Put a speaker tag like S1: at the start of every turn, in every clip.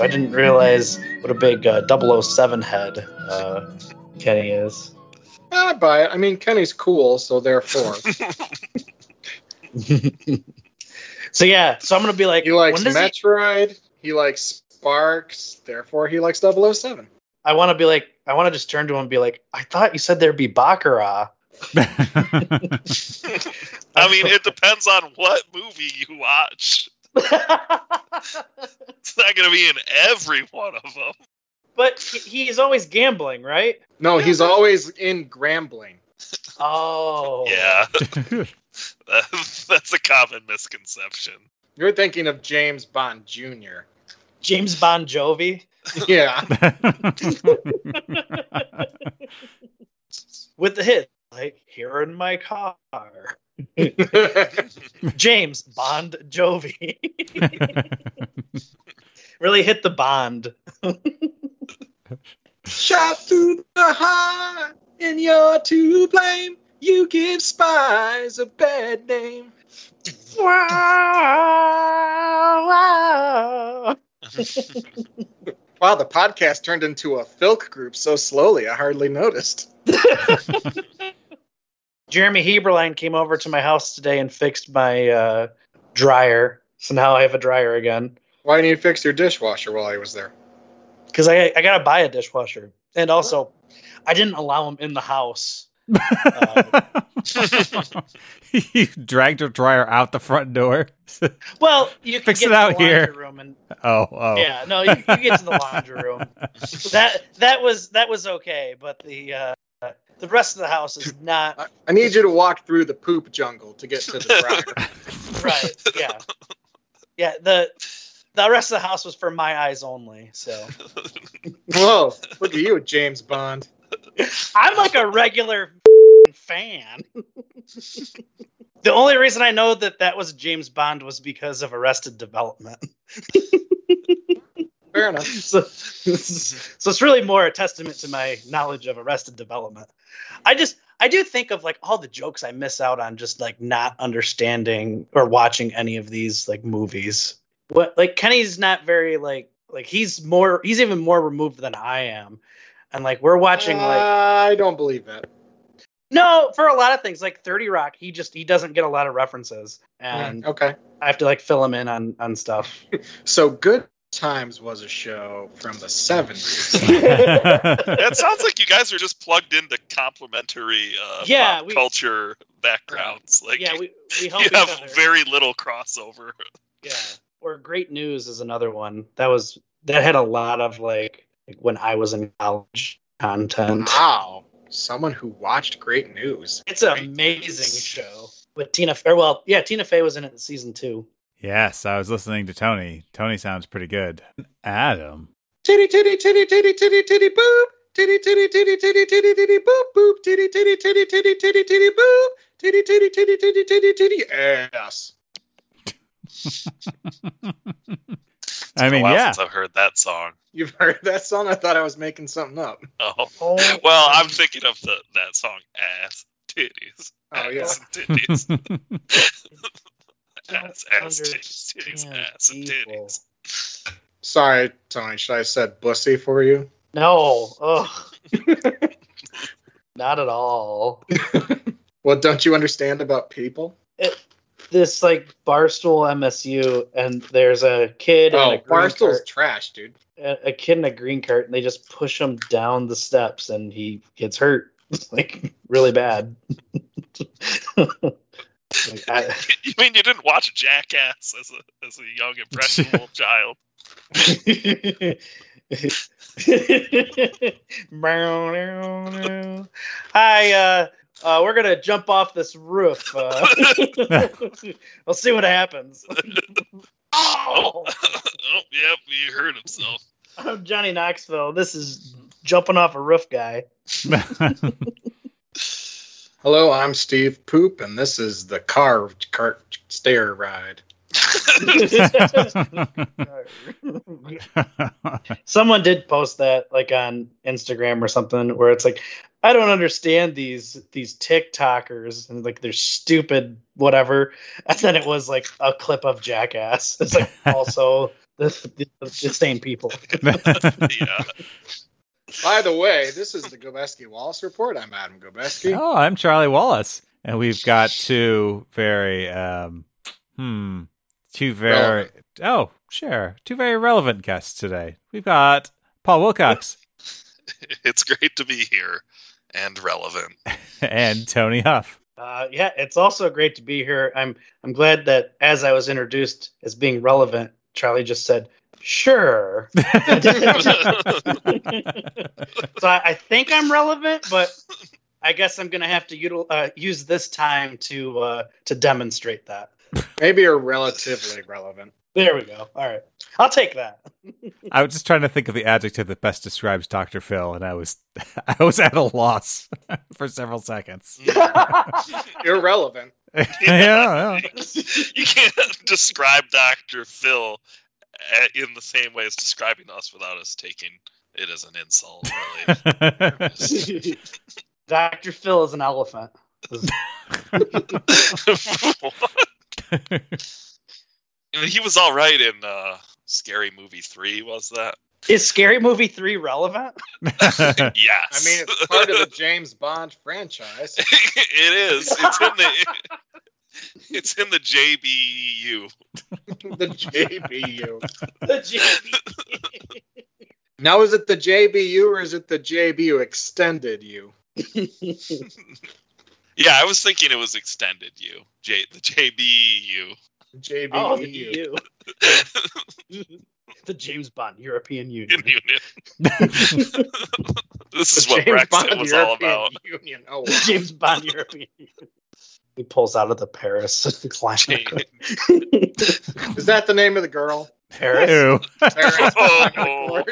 S1: I didn't realize what a big uh, 007 head uh, Kenny is.
S2: I Ah, buy it. I mean, Kenny's cool, so therefore.
S1: so yeah, so I'm gonna be like,
S2: He likes
S1: when does he-
S2: Metroid. He... likes Sparks. Therefore, he likes 007.
S1: I want to be like, I want to just turn to him and be like, I thought you said there'd be baccarat.
S3: I mean, it depends on what movie you watch. It's not going to be in every one of them.
S1: but he, he's always gambling, right?
S2: No, he's always in Grambling.
S1: Oh,
S3: Yeah, that's a common misconception.
S2: You're thinking of James Bond Jr.
S1: James Bon Jovi
S2: Yeah.
S1: with the hit, like here in my car. James Bond Jovi really hit the bond.
S2: Shot through the heart, and you're to blame. You give spies a bad name.
S1: Wow, wow.
S2: Wow, the podcast turned into a Filk group so slowly I hardly noticed.
S1: Jeremy Heberline came over to my house today and fixed my uh, dryer, so now I have a dryer again.
S2: Why didn't you fix your dishwasher while I was there?
S1: Because I I gotta buy a dishwasher, and also I didn't allow him in the house. Uh,
S4: you dragged your dryer out the front door.
S1: well, you can
S4: Fix
S1: get
S4: it
S1: to the
S4: out here.
S1: laundry Room and
S4: Oh, oh.
S1: yeah, no, you, you get to the laundry room. That that was that was okay, but the uh, the rest of the house is not
S2: I, I need you to walk through the poop jungle to get to the dryer.
S1: right. Yeah, yeah. The the rest of the house was for my eyes only. So
S2: Whoa, look at you, James Bond.
S1: I'm like a regular fan. the only reason I know that that was James Bond was because of Arrested Development.
S2: Fair enough.
S1: so, so it's really more a testament to my knowledge of arrested development i just i do think of like all the jokes i miss out on just like not understanding or watching any of these like movies what like kenny's not very like like he's more he's even more removed than i am and like we're watching like
S2: I don't believe that.
S1: no for a lot of things like 30 rock he just he doesn't get a lot of references and
S2: Mm, okay.
S1: i have to like fill him in on on stuff
S2: So Good Times was a show from the 70s.
S3: That sounds like you guys are just plugged into complementary uh,
S1: Yeah,
S3: pop
S1: we-
S3: culture backgrounds. Like
S1: yeah we, we help
S3: you
S1: each
S3: have
S1: other.
S3: very little crossover.
S1: Yeah. Or Great News is another one. That was that had a lot of like, like when I was in college content.
S2: Wow. Someone who watched great news.
S1: It's an amazing show with Tina Fey. Well, yeah, Tina Fey was in it in season two.
S4: yes, I was listening to Tony. Tony sounds pretty good. Adam.
S2: Titty titty titty titty titty titty boop. Titty titty titty titty titty titty boop boop. Titty titty titty titty titty titty boop. Titty titty titty titty titty titty ass.
S4: I mean,
S3: wow,
S4: yeah.
S3: since I've heard that song.
S2: You've heard that song? I thought I was making something up.
S3: Oh,
S1: Oh,
S3: well, I'm thinking of the that song ass titties.
S2: Oh yeah.
S3: ass and titties.
S1: I don't
S3: ass, ass, titties, titties,
S1: understand
S3: ass, and
S1: people.
S3: titties.
S2: Sorry, Tony. Should I have said bussy for you?
S1: No. Ugh. Not at all.
S2: What don't you understand about people?
S1: This like Barstool MSU, and there's a kid and a
S2: Oh,
S1: green
S2: Barstool's
S1: card-
S2: trash, dude.
S1: a a kid in a green cart, and they just push him down the steps, and he gets hurt like really bad. Like, I-
S3: You mean you didn't watch Jackass as a as a young impressionable child?
S1: Hi, uh, uh, we're gonna jump off this roof. Uh, we'll see what happens.
S3: Oh, oh, yep, he hurt himself.
S1: I'm Johnny Knoxville. This is jumping off a roof guy.
S2: Hello, I'm Steve Poop, and this is the car cart stair ride.
S1: Someone did post that like on Instagram or something where it's like, I don't understand these these TikTokers and like they're stupid whatever. And then it was like a clip of Jackass. It's like also the, the, the same people.
S3: yeah.
S2: By the way, this is the Gobeski Wallace report. I'm Adam Gobeski.
S4: oh, I'm Charlie Wallace, and we've got two very um, hmm, two very oh sure, two very relevant guests today. We've got Paul Wilcox
S3: It's great to be here and relevant.
S4: and Tony Huff.
S1: Uh, yeah, it's also great to be here. I'm I'm glad that as I was introduced as being relevant, Charlie just said, "Sure." so I, I think I'm relevant, but I guess I'm gonna have to util- uh, use this time to uh, to demonstrate that.
S2: Maybe you're relatively relevant.
S1: There we go. All right, I'll take that.
S4: I was just trying to think of the adjective that best describes Dr. Phil, and I was I was at a loss for several seconds.
S2: Irrelevant.
S4: yeah, yeah.
S3: you can't describe Dr. Phil uh, in the same way as describing us without us taking it as an insult, really.
S1: Dr. Phil is an elephant.
S3: I mean, he was all right in uh, Scary Movie 3, was that?
S1: Is Scary Movie Three relevant?
S2: I
S3: Yes.
S2: mean, it's part of the James Bond franchise.
S3: it is. It's in the It's in the E JBU.
S2: The JBU.
S1: The JB.
S2: Now, is it the JBU or is it the JBU extended U?
S3: Yeah, I was thinking it was extended U. J E the JBU.
S2: JBU.
S1: Oh, the EU. the James Bond European Union.
S3: Union. this is
S2: The
S3: what
S2: James
S3: Brexit
S2: Bond
S3: was all
S2: European
S3: about.
S2: Union. Oh, wow.
S1: The James Bond European Union. He pulls out of the Paris climate.
S2: Is that the name of the girl?
S1: Paris.
S4: Ew.
S2: Sarah?
S3: Oh.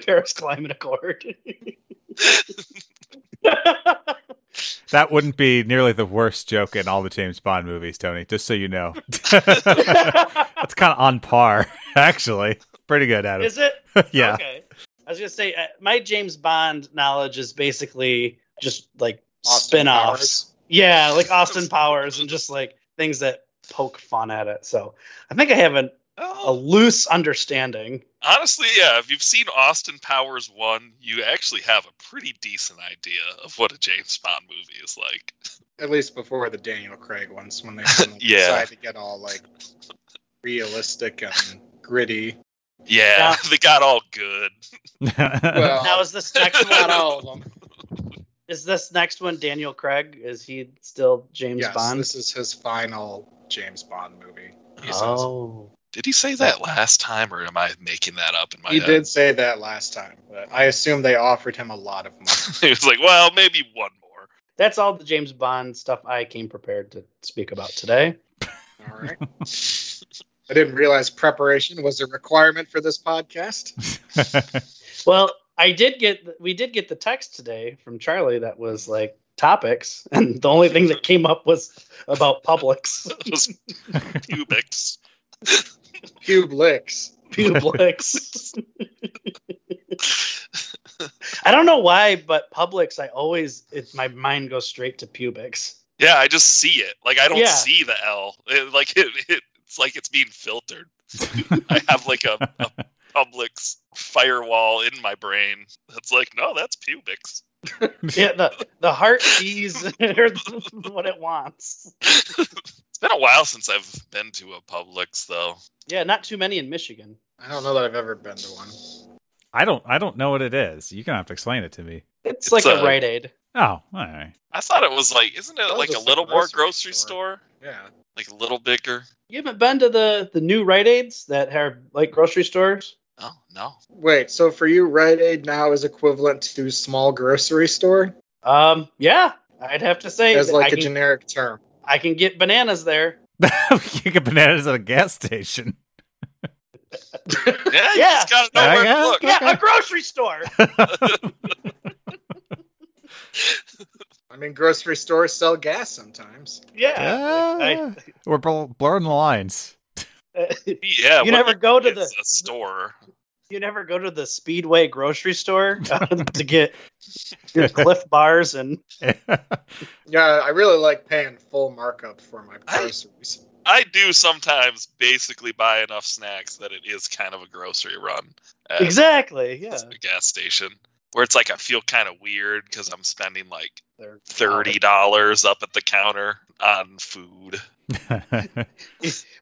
S1: Paris Climate Accord.
S4: That wouldn't be nearly the worst joke in all the James Bond movies, Tony, just so you know. That's kind of on par, actually. Pretty good at it.
S1: Is it?
S4: yeah.
S1: Okay. I was gonna say uh, my James Bond knowledge is basically just like
S2: Austin
S1: spin-offs.
S2: Powers.
S1: Yeah, like Austin Powers and just like things that poke fun at it. So I think I have an, a
S3: Oh,
S1: loose understanding.
S3: honestly, yeah. If you've seen Austin Powers one, you actually have a pretty decent idea of what a James Bond movie is like.
S2: At least before the Daniel Craig ones, when they finally
S3: Yeah.
S2: decide to get all like realistic and gritty.
S3: Yeah,
S1: Yeah.
S3: they got all good.
S2: Well,
S1: Now is this next
S2: not
S1: one?
S2: all of them.
S1: Is this next one Daniel Craig? Is he still James
S2: yes,
S1: Bond?
S2: this is his final James Bond movie. he says.
S1: oh,
S3: Did he say that last time, or am I making that up in my
S2: He
S3: head?
S2: did say that last time, but I assume they offered him a lot of money.
S3: he was like, well, maybe one more.
S1: that's all the James Bond stuff I came prepared to speak about today.
S2: All right. I didn't realize preparation was a requirement for this podcast.
S1: Well, I did get we did get the text today from Charlie that was like topics, and the only thing that came up was about Publix,
S3: It was pubics.
S2: Cube licks.
S1: Publix. I don't know why, but Publix, I always it, my mind goes straight to Publix.
S3: Yeah, I just see it. Like I don't
S1: Yeah.
S3: see the L. It- like it, it, it's like it's being filtered. I have like a, a Publix firewall in my brain that's like, no, that's pubics.
S1: Yeah, the the heart sees what it wants.
S3: It's been a while since I've been to a Publix though.
S1: Yeah, not too many in Michigan.
S2: I don't know that I've ever been to one.
S4: I don't I don't know what it is. You're gonna have to explain it to me.
S1: It's,
S3: It's
S1: like a,
S3: a-
S1: Rite Aid.
S4: Oh, all right.
S3: I thought it was like, isn't it
S2: was
S3: like a
S2: just a
S3: little more
S2: grocery
S3: grocery
S2: store.
S3: store?
S2: Yeah.
S3: Like a little bigger?
S1: You haven't been to the the new Rite Aids that are like grocery stores?
S3: Oh no.
S2: Wait, so for you, Rite Aid now is equivalent to small grocery store
S1: Um, yeah, I'd have to say
S2: as
S1: that I
S2: like a
S1: can,
S2: generic term.
S1: I can get bananas there.
S4: you get bananas at a gas station.
S3: Yeah, you
S1: Yeah.
S3: just gotta know
S4: Yeah,
S3: where
S4: yeah.
S3: to look.
S1: Yeah, a grocery store.
S2: I mean, grocery stores sell gas sometimes.
S1: Yeah.
S4: Ah, We're bl- blurring the lines.
S3: Yeah,
S1: you
S3: what
S1: never go to
S3: is
S1: the
S3: a store.
S1: you never go to the Speedway grocery store uh, to get your Cliff bars and
S2: Yeah, I really like paying full markup for my
S3: I-
S2: groceries.
S3: I do sometimes basically buy enough snacks that it is kind of a grocery run. at
S1: exactly. Yeah.
S3: A gas station where it's like I feel kind of weird because I'm spending like
S1: They're-
S3: thirty dollars up at the counter on food.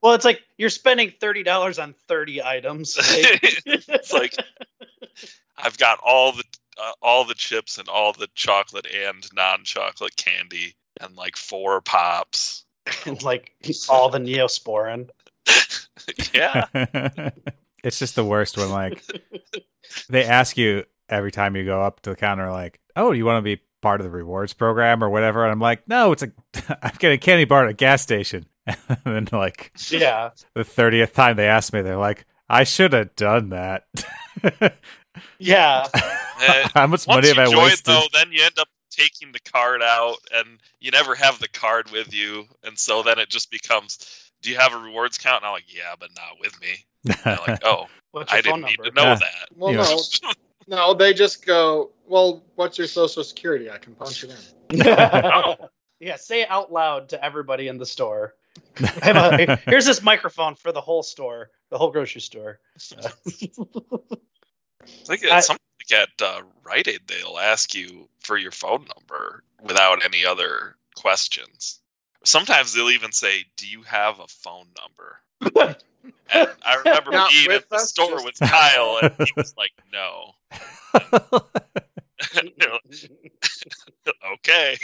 S1: Well, it's like you're spending thirty dollars on thirty items.
S3: It's like I've got all the uh, all the chips and all the chocolate and non-chocolate candy and like four pops.
S1: And, like all the neosporin.
S3: yeah,
S4: it's just the worst when like they ask you every time you go up to the counter like, "Oh, you want to be part of the rewards program or whatever?" And I'm like, "No, it's a I'm getting a candy bar at a gas station." and then like
S1: Yeah.
S4: the 30th time they asked me, they're like, "I should have done that."
S1: Yeah.
S3: Eh,
S4: How much
S3: Uh, once
S4: money
S3: you
S4: have I
S3: join
S4: wasted?
S3: though, then you end up taking the card out, and you never have the card with you, and so then it just becomes, do you have a rewards count? And I'm like, yeah, but not with me. And I'm like, oh,
S1: What's your
S3: I didn't
S1: phone
S3: need
S1: number?
S3: to know
S4: Yeah.
S3: that.
S2: Well,
S4: Yeah.
S2: no, no, they just go. Well, what's your social security? I can punch it in.
S1: yeah, say it out loud to everybody in the store. I have a- here's this microphone for the whole store, the whole grocery store. Uh,
S3: It's like
S1: I-
S3: at some like at uh, Rite Aid, they'll ask you for your phone number without any other questions. Sometimes they'll even say, "Do you have a phone number?" and I remember
S2: Not
S3: being
S2: with
S3: at the
S2: us,
S3: store
S2: just-
S3: with Kyle, and he was like, "No." They're like, okay.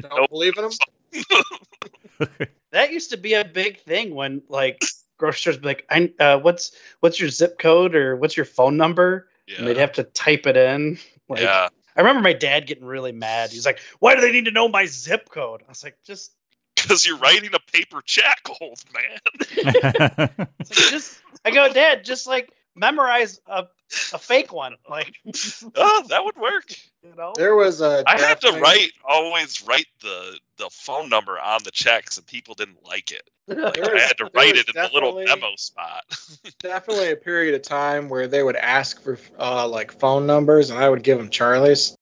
S2: Don't believe in them.
S1: that used to be a big thing when like grocery stores would be like, I, uh, "What's what's your zip code or what's your phone number?" And they'd
S3: Yeah.
S1: have to type it in. Like,
S3: yeah.
S1: I remember my dad getting really mad. He's like, "Why do they need to know my zip code?" I was like, "Just
S3: Because you're writing a paper check, old man.
S1: It's like, just I go, Dad, just like memorize a, a fake one, like you
S3: oh, that would work.
S1: know.
S2: There was a.
S3: I had to
S2: definite-
S3: write always write the the phone number on the checks, and people didn't like it. Like,
S2: There
S3: I
S2: is-
S3: had
S2: there
S3: to write
S2: is
S3: it in the little
S2: definitely-
S3: memo spot.
S2: Definitely a period of time where they would ask for uh, like phone numbers, and I would give them Charlie's.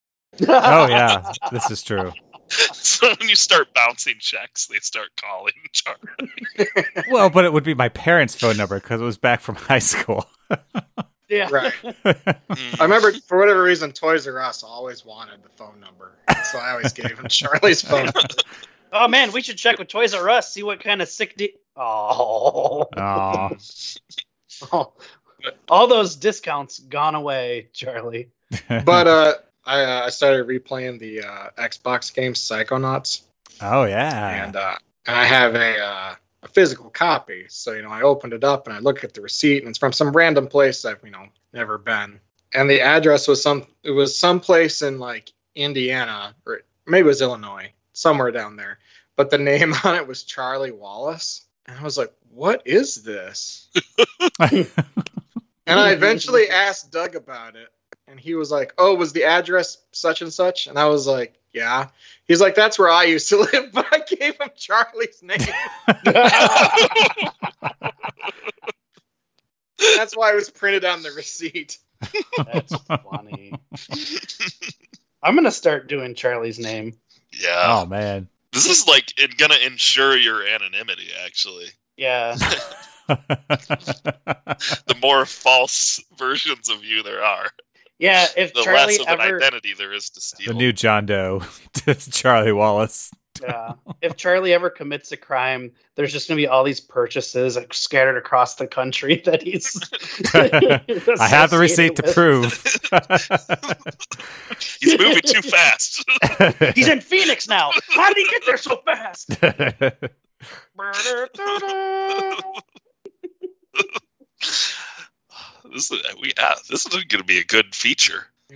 S4: oh yeah, this is true.
S3: so when you start bouncing checks, they start calling Charlie.
S4: Well, but it would be my parents' phone number because it was back from high school.
S1: yeah.
S2: Right. I
S3: Mm.
S2: remember for whatever reason, Toys R Us always wanted the phone number, so I always gave them Charlie's phone. number.
S1: Oh man, we should check with Toys R Us, see what kind of sick. De- oh.
S4: Aw.
S1: all those discounts gone away, Charlie.
S2: But uh, I, uh, I started replaying the uh, Xbox game Psychonauts,
S4: oh yeah,
S2: and uh, and I have a uh, a physical copy. So you know, I opened it up and I look at the receipt, and it's from some random place I've you know never been. And the address was some it was someplace in like Indiana or maybe it was Illinois, somewhere down there. But the name on it was Charlie Wallace, and I was like, "What is this?" uh, And I eventually asked Doug about it, and he was like, "Oh, was the address such and such?" And I was like, "Yeah." He's like, "That's where I used to live," but I gave him Charlie's name. That's why it was printed on the receipt.
S1: That's funny. I'm gonna start doing Charlie's name.
S3: yeah,
S4: oh man.
S3: this is like it gonna ensure your anonymity. Actually,
S1: Yeah.
S3: the more false versions of you there are,
S1: Yeah. If
S3: the
S1: Charlie
S3: less of an
S1: ever
S3: identity there is to steal.
S4: the new John Doe, Charlie Wallace.
S1: Yeah. If Charlie ever commits a crime, there's just gonna be all these purchases like, scattered across the country that he's.
S4: I have the receipt to
S1: associated with.
S4: prove.
S3: He's moving too fast.
S1: He's in Phoenix now. How did he get there so fast?
S3: this is we uh, this is gonna be a good feature.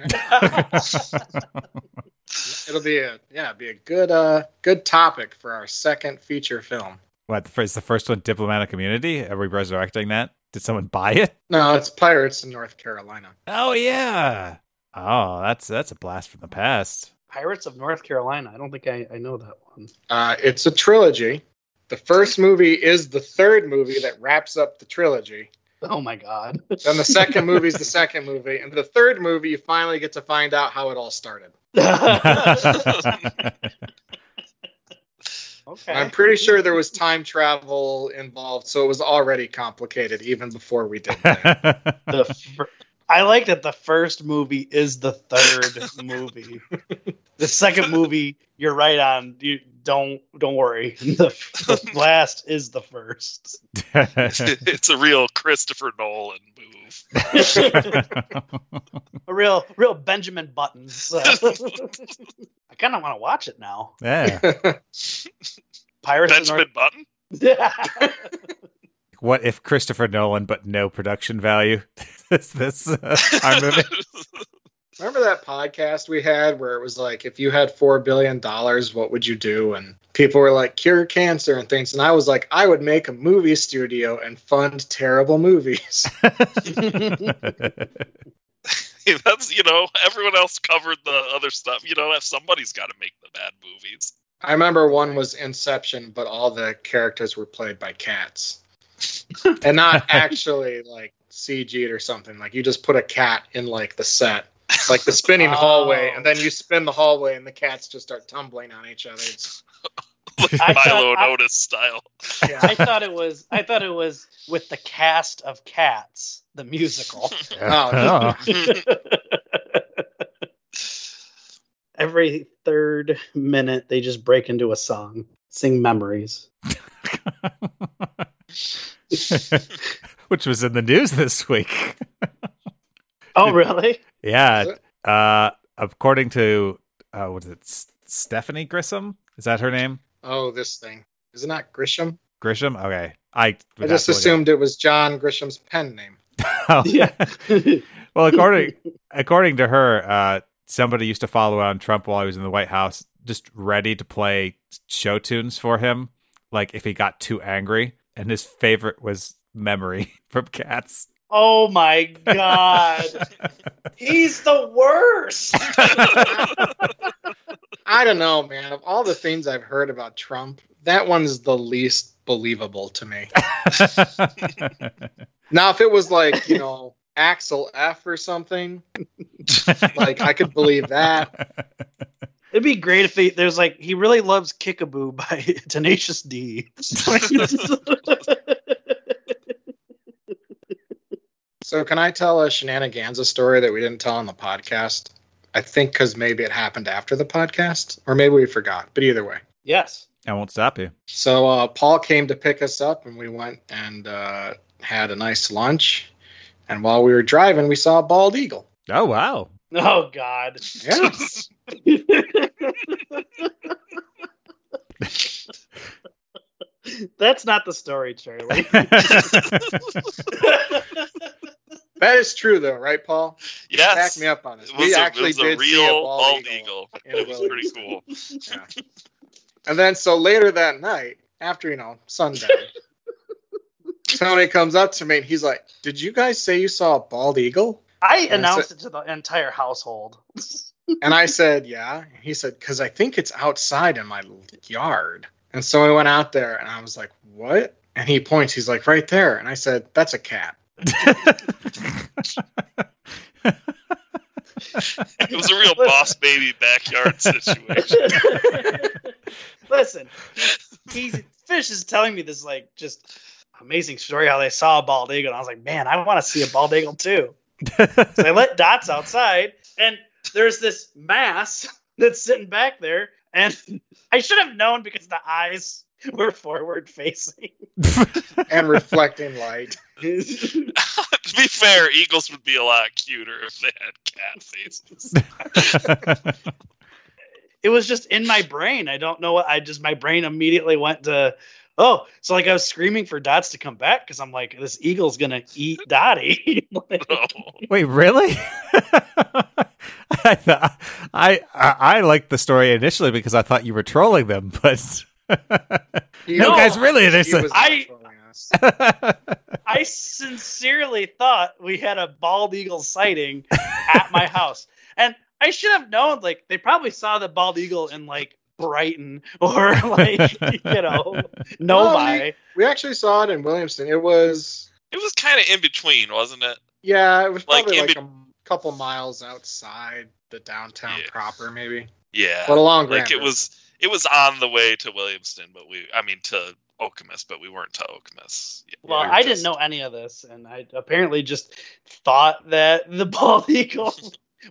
S2: It'll be a yeah, it'd be a good uh good topic for our second feature film.
S4: what the fir- is the first one? Diplomatic immunity. Are we resurrecting that? Did someone buy it?
S2: No, it's Pirates in North Carolina.
S4: Oh yeah. Oh, that's that's a blast from the past.
S1: Pirates of North Carolina. I don't think I, I know that one.
S2: Uh, it's a trilogy. The first movie is the third movie that wraps up the trilogy.
S1: Oh my god.
S2: Then the second movie is the second movie, and the third movie you finally get to find out how it all started.
S1: yeah. Okay.
S2: I'm pretty sure there was time travel involved, so it was already complicated even before we did that.
S1: the fir- I like that the first movie is the third movie. The second movie, you're right on. You don't don't worry. The, the last is the first.
S3: it's a real Christopher Nolan move.
S1: a real real Benjamin Button. So. I kind of want to watch it now.
S4: yeah.
S1: Pirates of
S3: Benjamin Button?
S1: North-
S4: What if Christopher Nolan, but no production value? this this uh, our movie.
S2: Remember that podcast we had where it was like, if you had four billion dollars, what would you do? And people were like, cure cancer and things. And I was like, I would make a movie studio and fund terrible movies.
S3: That's, you know, everyone else covered the other stuff. You know, somebody's got to make the bad movies.
S2: I remember one was Inception, but all the characters were played by cats, and not actually like CG'd or something. Like you just put a cat in like the set, like the spinning
S1: Oh.
S2: hallway, and then you spin the hallway, and the cats just start tumbling on each other. It's,
S1: I thought-
S3: Milo
S1: I-
S3: Otis style.
S2: yeah.
S1: I thought it was. I thought it was with the cast of Cats, the musical.
S2: Oh.
S1: Every third minute, they just break into a song, sing memories.
S4: Which was in the news this week.
S1: Oh, really?
S4: Yeah.
S2: Is
S4: Uh, according to uh, what is it? S- Stephanie Grissom? Is that her name?
S2: oh, this thing is it not Grisham?
S4: Grisham? Okay. I,
S2: I just assumed it was John Grisham's pen name.
S4: Oh,
S1: Yeah.
S4: well, according according to her, uh, somebody used to follow on Trump while he was in the White House, just ready to play show tunes for him, like if he got too angry. And his favorite was "Memory" from Cats.
S1: oh my god, he's the worst.
S2: I don't know, man. Of all the things I've heard about Trump, that one's the least believable to me. Now, if it was like, you know, Axel F or something, like I could believe that.
S1: It'd be great if he, there's like he really loves Kickaboo by Tenacious D.
S2: So, can I tell a shenanigans story that we didn't tell on the podcast? I think because maybe it happened after the podcast, or maybe we forgot, but either way.
S1: yes.
S4: I won't stop you.
S2: So uh, Paul came to pick us up, and we went and uh, had a nice lunch. And while we were driving, we saw a bald eagle.
S4: Oh wow!
S1: Oh god.
S2: Yeah,
S1: That's not the story, Charlie.
S2: that is true though, right, Paul?
S3: yes.
S2: Back me up on this.
S3: It
S2: We
S3: was, a, it
S2: actually
S3: was a
S2: did
S3: real
S2: see a bald,
S3: bald
S2: eagle.
S3: eagle.
S2: in
S3: It was
S2: Willoughby.
S3: pretty cool.
S2: And then so later that night, after you know sundown, Tony comes up to me and he's like, "Did you guys say you saw a bald eagle?"
S1: I
S2: a-
S1: announced it to the entire household.
S2: And I said, "Yeah." And he said, "Cause I think it's outside in my yard." And so I went out there and I was like, "What?" And he points. He's like, "Right there." And I said, "That's a cat."
S3: It was a real boss baby backyard situation.
S1: Listen, he, Fish is telling me this like just amazing story how they saw a bald eagle. And I was like, man, I want to see a bald eagle too. So I let Dots outside, and there's this mass that's sitting back there. And I should have known because the eyes were forward facing.
S2: And reflecting light.
S3: to be fair, eagles would be a lot cuter if they had cat faces.
S1: it was just in my brain. I don't know what I just my brain immediately went to oh, so like I was screaming for Dots to come back because I'm like, this eagle's gonna eat Dottie. Like,
S3: No.
S4: Wait, really? I, thought, I I I liked the story initially because I thought you were trolling them, but
S2: He
S4: no,
S1: No,
S4: guys, really, there's
S2: he was
S1: I-
S2: controlling us.
S4: a-
S1: I sincerely thought we had a bald eagle sighting at my house. And I should have known, like, they probably saw the bald eagle in like Brighton or like, you know, Novi.
S2: We actually saw it in Williamson. It was
S3: It was kind of in between, wasn't it?
S2: yeah, it was
S3: Like,
S2: probably
S3: in
S2: like, a couple miles outside the downtown
S3: Yeah.
S2: proper, maybe,
S3: Yeah.
S2: but along
S3: like
S2: Grand
S3: it was it was on the way to Williamston, but we, I mean, to Okemos, but we weren't to Okemos. Yeah,
S1: Well,
S3: we were
S1: I
S3: just-
S1: didn't know any of this, and I apparently just thought that the bald eagle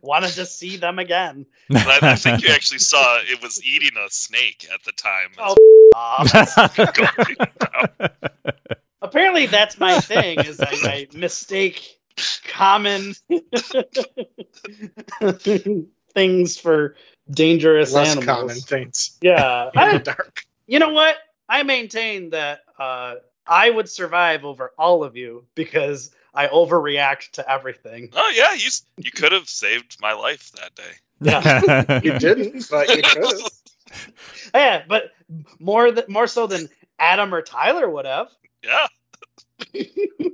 S1: wanted to see them again.
S3: But I, I think you actually saw it was eating a snake at the time.
S1: Oh, Um,
S4: actually.
S1: apparently, that's my thing. Is I, I mistake common things for dangerous
S2: Less
S1: animals.
S2: common things
S1: Yeah,
S2: in the
S1: I-
S2: dark.
S1: you know what? I maintain that uh, I would survive over all of you because I overreact to everything.
S3: Oh yeah, you s- you could have saved my life that day.
S2: You didn't, but you could have.
S1: Yeah, but more th- more so than Adam or Tyler would have.
S3: Yeah,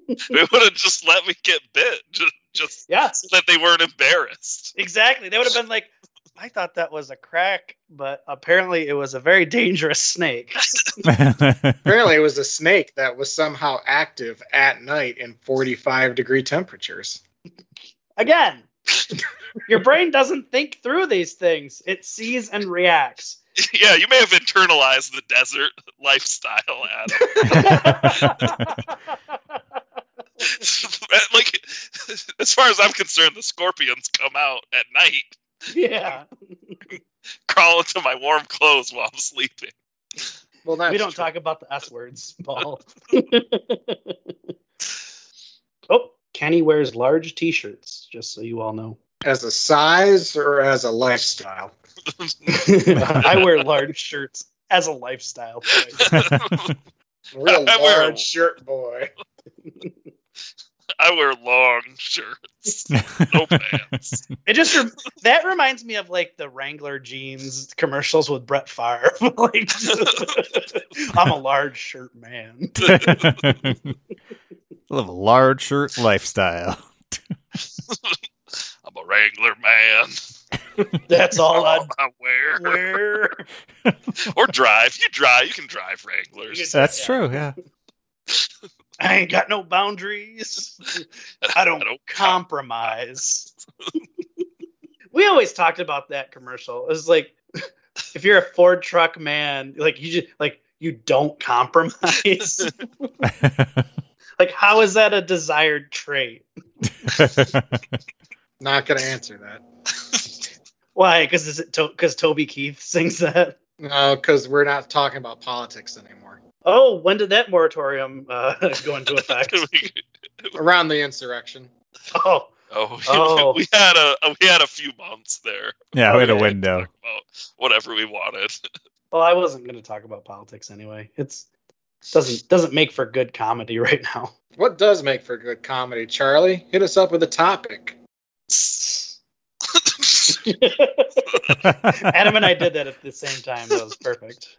S3: they would have just let me get bit, just, just
S1: Yeah,
S3: so that they weren't embarrassed.
S1: exactly. They would have been like, I thought that was a crack, but apparently it was a very dangerous snake.
S2: Apparently, it was a snake that was somehow active at night in 45 degree temperatures.
S1: Again, your brain doesn't think through these things; it sees and reacts.
S3: yeah, you may have internalized the desert lifestyle, Adam. like, as far as I'm concerned, the scorpions come out at night,
S1: yeah,
S3: crawl into my warm clothes while I'm sleeping.
S2: Well, that's
S1: we don't
S2: true.
S1: talk about the S words, Paul. oh, Kenny wears large T-shirts, just so you all know.
S2: as a size or as a lifestyle.
S1: I wear large shirts as a lifestyle. choice.
S2: Real
S3: I wear-
S2: large shirt boy.
S3: I wear long shirts, no pants.
S1: It just rem- that reminds me of like the Wrangler jeans commercials with Brett Favre. like, I'm a large shirt man.
S4: Live a large shirt lifestyle.
S3: I'm a Wrangler man.
S1: That's all I
S3: All I wear
S1: wear.
S3: or drive. You drive. You can drive Wranglers.
S4: That's
S1: Yeah.
S4: true. Yeah.
S1: I ain't got no boundaries. I don't,
S3: count.
S1: compromise. we always talked about that commercial. It was like if you're a Ford truck man, like you just like you don't compromise. like how is that a desired trait?
S2: Not going to answer that.
S1: Why? Because is it because Toby Keith sings that?
S2: No, because we're not talking about politics anymore.
S1: Oh, when did that moratorium uh, go into effect?
S2: Around the insurrection.
S1: oh,
S3: oh,
S1: Oh.
S3: we- we had a we had a few months there.
S4: Yeah, we had a
S1: Okay.
S4: window.
S3: Talk about whatever we wanted.
S1: well, I wasn't going to talk about politics anyway. It's doesn't doesn't make for good comedy right now.
S2: What does make for good comedy, Charlie? Hit us up with a topic.
S1: Adam and I did that at the same time. That was perfect.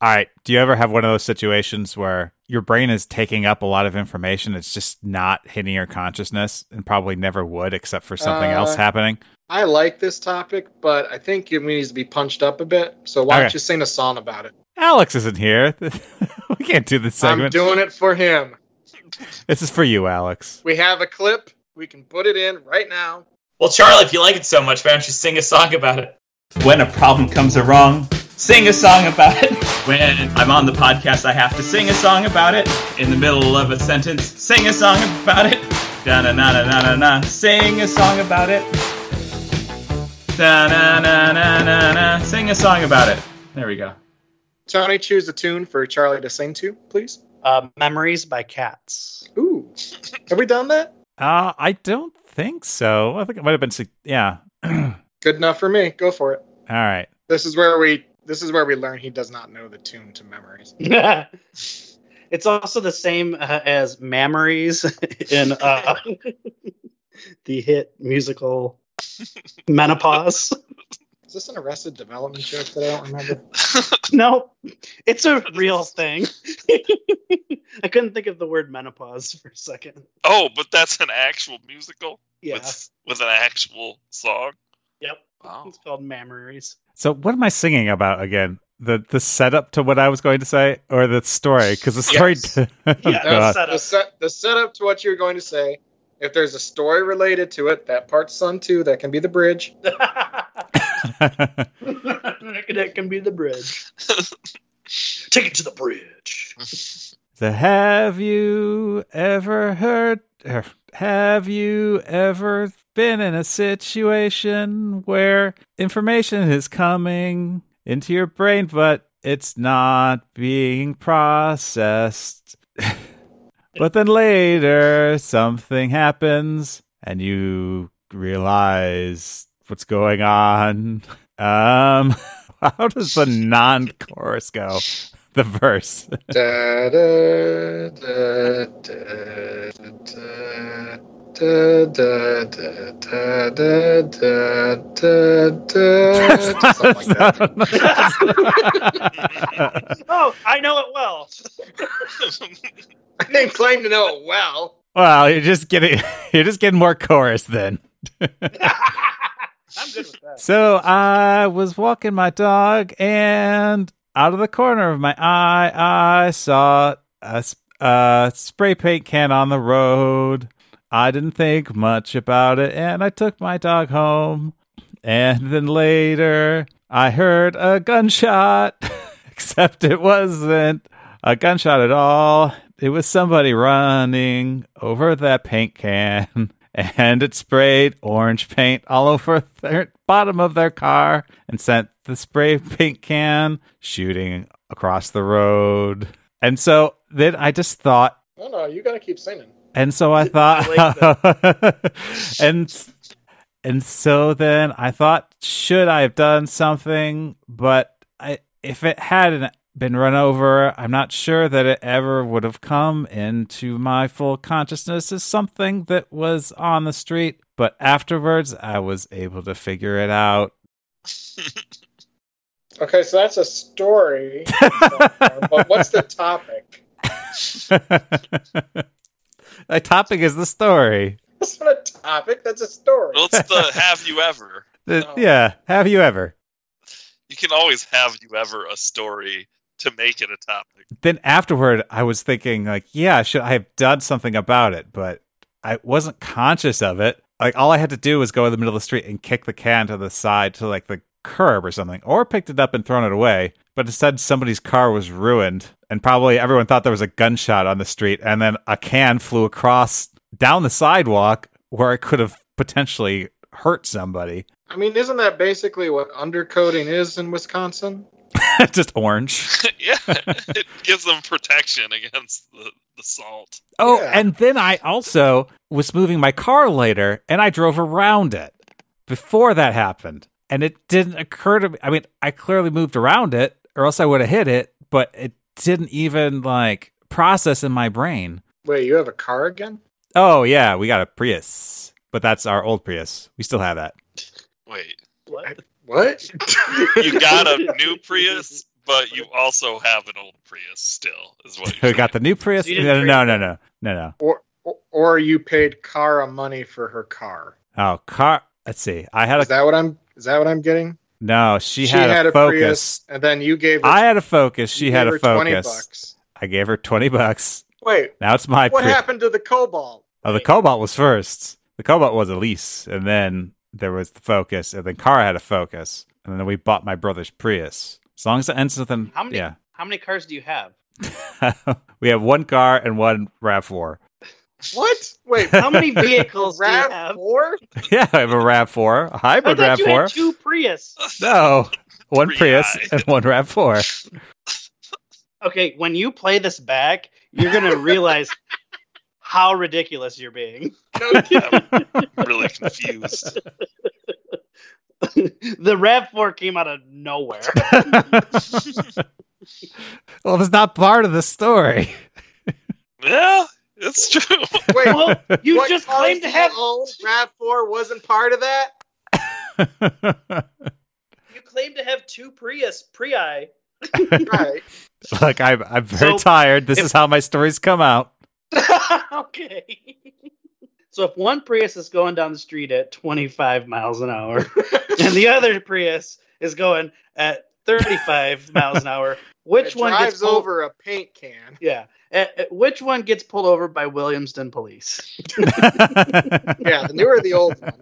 S4: All right. Do you ever have one of those situations where your brain is taking up a lot of information? It's just not hitting your consciousness and probably never would except for something
S2: Uh,
S4: else happening.
S2: I like this topic, but I think it needs to be punched up a bit. So why
S4: Okay.
S2: don't you sing a song about it?
S4: Alex isn't here. we can't do this
S2: I'm
S4: segment.
S2: doing it for him.
S4: this is for you, Alex.
S2: We have a clip. We can put it in right now.
S5: Well, Charlie, if you like it so much, why don't you sing a song about it? When a problem comes along, sing a song about it. When I'm on the podcast, I have to sing a song about it. In the middle of a sentence, sing a song about it. Da na na na na na na, sing a song about it. Da na na na na na, sing a song about it. There we go.
S2: Tony, choose a tune for Charlie to sing to, please.
S1: Uh, Memories by Cats.
S2: Ooh, have we done that?
S4: Uh, I don't think so. I think it might have been. Su- yeah. All
S2: Good enough for me. Go for it.
S4: right.
S2: This is where we. This is where we learn he does not know the tune to memories.
S1: it's also the same uh, as Mammaries in uh, the hit musical Menopause.
S2: Is this an Arrested Development joke that I don't remember?
S1: No, it's a real thing. I couldn't think of the word menopause for a second.
S3: Oh, but that's an actual musical
S1: Yeah.
S3: with with an actual song.
S1: Yep.
S3: Wow.
S1: It's called Mammaries.
S4: So what am I singing about again? The the setup to what I was going to say or the story? Because the story.
S2: Yes.
S4: Oh,
S1: Yeah,
S4: God.
S1: that's set
S2: the
S1: up.
S2: set the setup to what you're going to say. If there's a story related to it, that part's Sun too. That can be the bridge.
S1: that can be the bridge. Take it to the bridge.
S4: The have you ever heard? er, Have you ever been in a situation where information is coming into your brain, but it's not being processed? but then later something happens and you realize what's going on. Um, how does the non chorus go? The verse.
S2: da, da, da, da, da, da, da, da, da, da, da, da, something like that.
S1: Oh, I know it well.
S2: I didn't claim to know it well.
S4: well, you're just getting you're just getting more chorus then.
S1: I'm good with that.
S4: So I was walking my dog, and out of the corner of my eye, I saw a, s- a spray paint can on the road. I didn't think much about it, and I took my dog home. And then later, I heard a gunshot, except it wasn't a gunshot at all. It was somebody running over that paint can, and it sprayed orange paint all over the bottom of their car and sent the spray paint can shooting across the road. And so then I just thought,
S2: No, no, you gotta keep singing.
S4: and so I thought, and and so then I thought, should I have done something? But I, if it hadn't been run over, I'm not sure that it ever would have come into my full consciousness as something that was on the street. But afterwards, I was able to figure it out.
S2: Okay, so that's a story. so far, but what's the topic?
S4: the topic is the story.
S2: That's not a topic. That's a story.
S3: well, it's the have you ever.
S4: The-
S2: Oh.
S4: Yeah. Have you ever?
S3: You can always have you ever a story to make it a topic.
S4: then afterward I was thinking like, yeah, should I have done something about it? But I wasn't conscious of it. Like all I had to do was go in the middle of the street and kick the can to the side to like the curb or something, or picked it up and thrown it away. But instead somebody's car was ruined and probably everyone thought there was a gunshot on the street and then a can flew across down the sidewalk where it could have potentially hurt somebody.
S2: I mean, isn't that basically what undercoating is in Wisconsin?
S4: Just orange.
S3: yeah, it gives them protection against the, the salt.
S4: Oh,
S2: Yeah.
S4: and then I also was moving my car later and I drove around it before that happened. And it didn't occur to me. I mean, I clearly moved around it or else I would have hit it, but it didn't even like process in my brain.
S2: Wait, you have a car again?
S4: Oh, yeah, we got a Prius, but that's our old Prius. We still have that.
S3: Wait,
S1: What?
S2: What?
S3: you got a new Prius, but you also have an old Prius still, is what
S4: We
S3: you
S4: got the new Prius.
S1: So you
S4: No,
S1: didn't
S4: no, no, no, no, no.
S2: or, or or you paid Cara money for her car?
S4: Oh, car. Let's see. I had
S2: Is
S4: a.
S2: that what I'm? Is that what I'm getting?
S4: No, she, had, a,
S2: Prius,
S4: Focus.
S2: and then you gave. Her,
S4: I had a Focus. She
S2: you
S4: had
S2: gave
S4: a
S2: her Twenty
S4: Focus.
S2: bucks.
S4: I gave her 20 bucks.
S2: Wait,
S4: Now it's my
S2: what
S4: pre-
S2: happened to the cobalt?
S4: Oh, the cobalt was first. The cobalt was a lease, and then there was the focus, and then Kara had a focus, and then we bought my brother's Prius. As long as it ends with an
S1: How many-
S4: yeah,
S1: How many cars do you have?
S4: we have one car and one Rav Four.
S2: What? Wait,
S1: How many vehicles do you
S2: Rav
S1: have?
S2: four?
S4: yeah, I have a Rav Four, a
S1: I
S4: hybrid
S1: thought
S4: Rav
S1: you had
S4: Four.
S1: two Prius.
S4: No, one
S3: Three
S4: Prius
S3: eyes.
S4: and one Rav Four.
S1: Okay, when you play this back, you're gonna realize how ridiculous you're being.
S2: No kidding.
S3: I'm really confused.
S1: the Rav Four came out of nowhere.
S4: well, that's not part of the story.
S3: Yeah, it's true.
S2: Wait,
S1: well, you
S2: what
S1: just
S2: cars
S1: claimed
S2: do
S1: to
S2: you
S1: have
S2: own? Rav four wasn't part of that.
S1: you claimed to have two Prius Prii.
S2: Right.
S4: Look, I'm I'm very
S1: So,
S4: tired. This
S1: if-
S4: is how my stories come out.
S1: okay. So if one Prius is going down the street at 25 miles an hour and the other Prius is going at 35 miles an hour, which
S2: it
S1: one
S2: drives
S1: gets pulled-
S2: over a paint can?
S1: Yeah. Uh, uh, which one gets pulled over by Williamston police?
S2: Yeah, the newer the old one.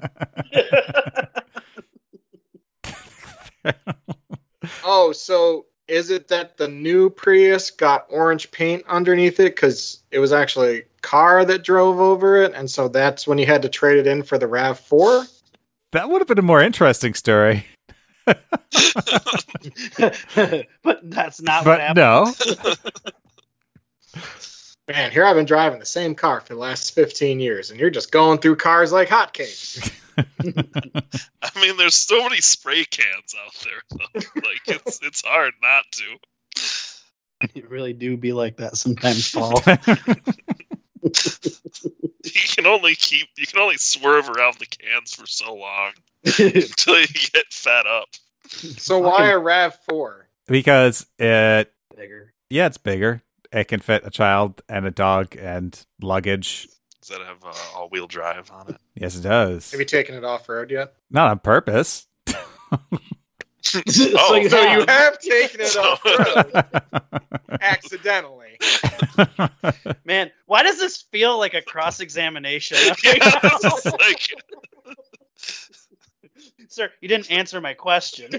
S2: Oh, so is it that the new Prius got orange paint underneath it because it was actually a car that drove over it, and so that's when you had to trade it in for the Rav Four?
S4: That would have been a more interesting story.
S1: but that's not what
S4: but
S1: happened.
S4: no,
S2: Man, here I've been driving the same car for the last 15 years, and you're just going through cars like hotcakes.
S3: I mean, there's so many spray cans out there. Though. Like it's it's hard not to.
S1: You really do be like that sometimes, Paul.
S3: You can only keep you can only swerve around the cans for so long until you get fed up.
S2: So why a Rav Four?
S4: because it
S1: Bigger.
S4: yeah, it's bigger. It can fit a child and a dog and luggage.
S3: Does that have uh, all wheel drive on it?
S4: Yes, it does.
S2: Have you taken it off road yet?
S4: Not on purpose.
S1: so you
S2: Oh, So you
S1: have.
S2: have taken it off road accidentally.
S1: Man, why does this feel like a cross examination?
S3: Yes, like
S1: Sir, you didn't answer my question.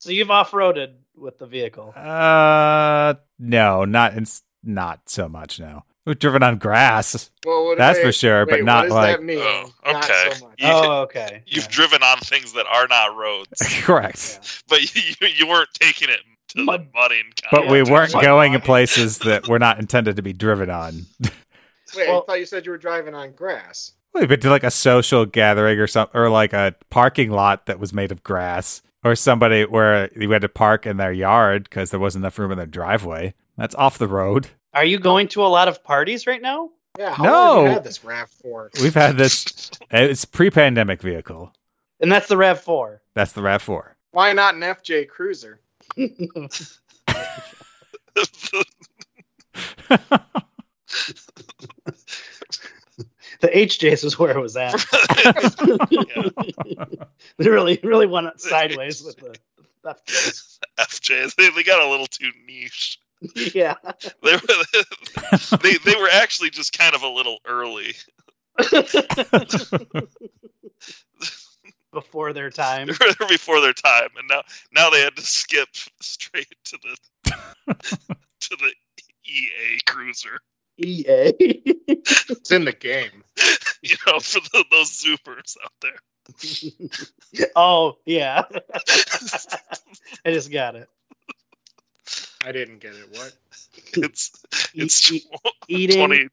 S1: so you've off roaded with the vehicle.
S4: uh, no, not in, not so much. No, we've driven on grass.
S2: Well, what-
S4: That's
S2: wait,
S4: for sure,
S2: wait,
S4: but not
S2: what does
S4: like
S2: that mean?
S3: Oh,
S2: Not so
S3: okay.
S2: much.
S3: You-
S1: oh, okay.
S3: You've
S1: Yeah.
S3: driven on things that are not roads,
S4: correct.
S3: but you you weren't taking it to the
S1: Mud.
S3: mudding.
S4: But we
S3: contest.
S4: weren't
S1: Like-
S4: going in places that were not intended to be driven on.
S2: Wait,
S1: Well-
S2: I thought you said you were driving on grass.
S4: We've been to like a social gathering or something, or like a parking lot that was made of grass, or somebody where you had to park in their yard because there wasn't enough room in their driveway. That's off the road.
S1: Are you going to a lot of parties right now?
S2: Yeah, how long have
S4: No.
S2: you had this Rav Four?
S4: We've had this. It's pre-pandemic vehicle.
S1: And that's the Rev 4.
S4: That's the Rav Four.
S2: Why not an FJ Cruiser?
S1: The HJs was where it was at.
S3: Yeah.
S1: They really, really went sideways with the theft. rates.
S3: FJs they, they got a little too niche.
S1: Yeah.
S3: They were they, they were actually just kind of a little early.
S1: Before their time.
S3: They were there before their time, and now now they had to skip straight to the to the EA cruiser.
S1: EA.
S2: It's in the game.
S3: You know, for the, those zoomers out there.
S1: oh, yeah. I just got it.
S2: I didn't get it. What?
S3: It's
S1: E-
S3: it's
S1: e-
S3: tw-
S1: eating.
S3: twenty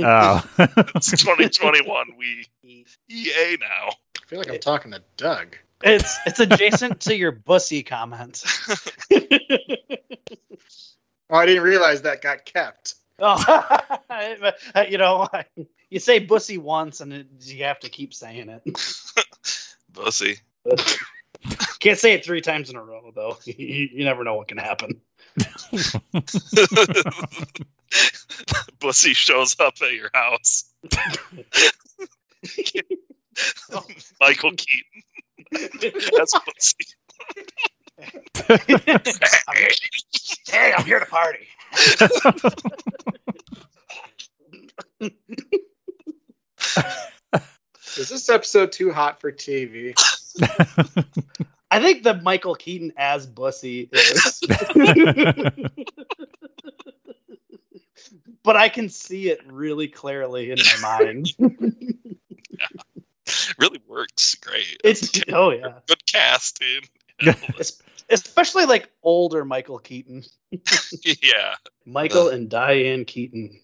S4: Oh,
S3: it's twenty twenty one. We
S1: E-,
S3: EA now.
S2: I feel like I'm talking to Doug.
S1: It's it's adjacent to your bussy comment.
S2: Oh, I didn't realize that got kept.
S1: oh, you know, you say bussy once and it, you have to keep saying it.
S3: Bussy.
S1: Can't say it three times in a row though. You, you never know what can happen.
S3: Bussy shows up at your house. Michael Keaton. That's Bussy.
S1: hey, I'm here to party.
S2: Is this episode too hot for TV?
S1: I think the Michael Keaton as bussy is, but I can see it really clearly in my mind.
S3: Really works great.
S1: It's oh yeah.
S3: Good casting.
S1: Es- especially like older Michael Keaton,
S3: Yeah.
S1: Michael and Diane Keaton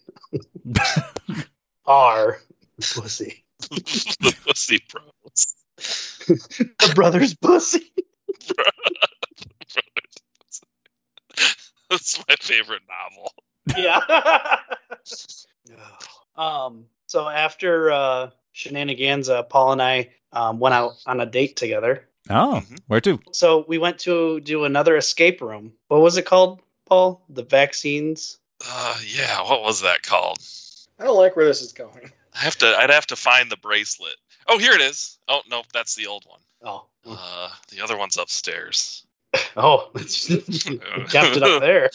S1: are pussy.
S3: the Bussy Bros.
S1: The brothers pussy.
S3: That's my favorite novel.
S1: Yeah. um. So after uh, shenanigans, uh, Paul and I um, went out on a date together.
S4: oh, where to?
S1: So we went to do another escape room. What was it called, Paul? The vaccines.
S3: Uh, yeah, what was that called?
S2: I don't like where this is going.
S3: I have to I'd have to find the bracelet. Oh, here it is. Oh, nope, that's the old one.
S1: Oh,
S3: Uh, the other one's upstairs.
S1: oh, kept it up there.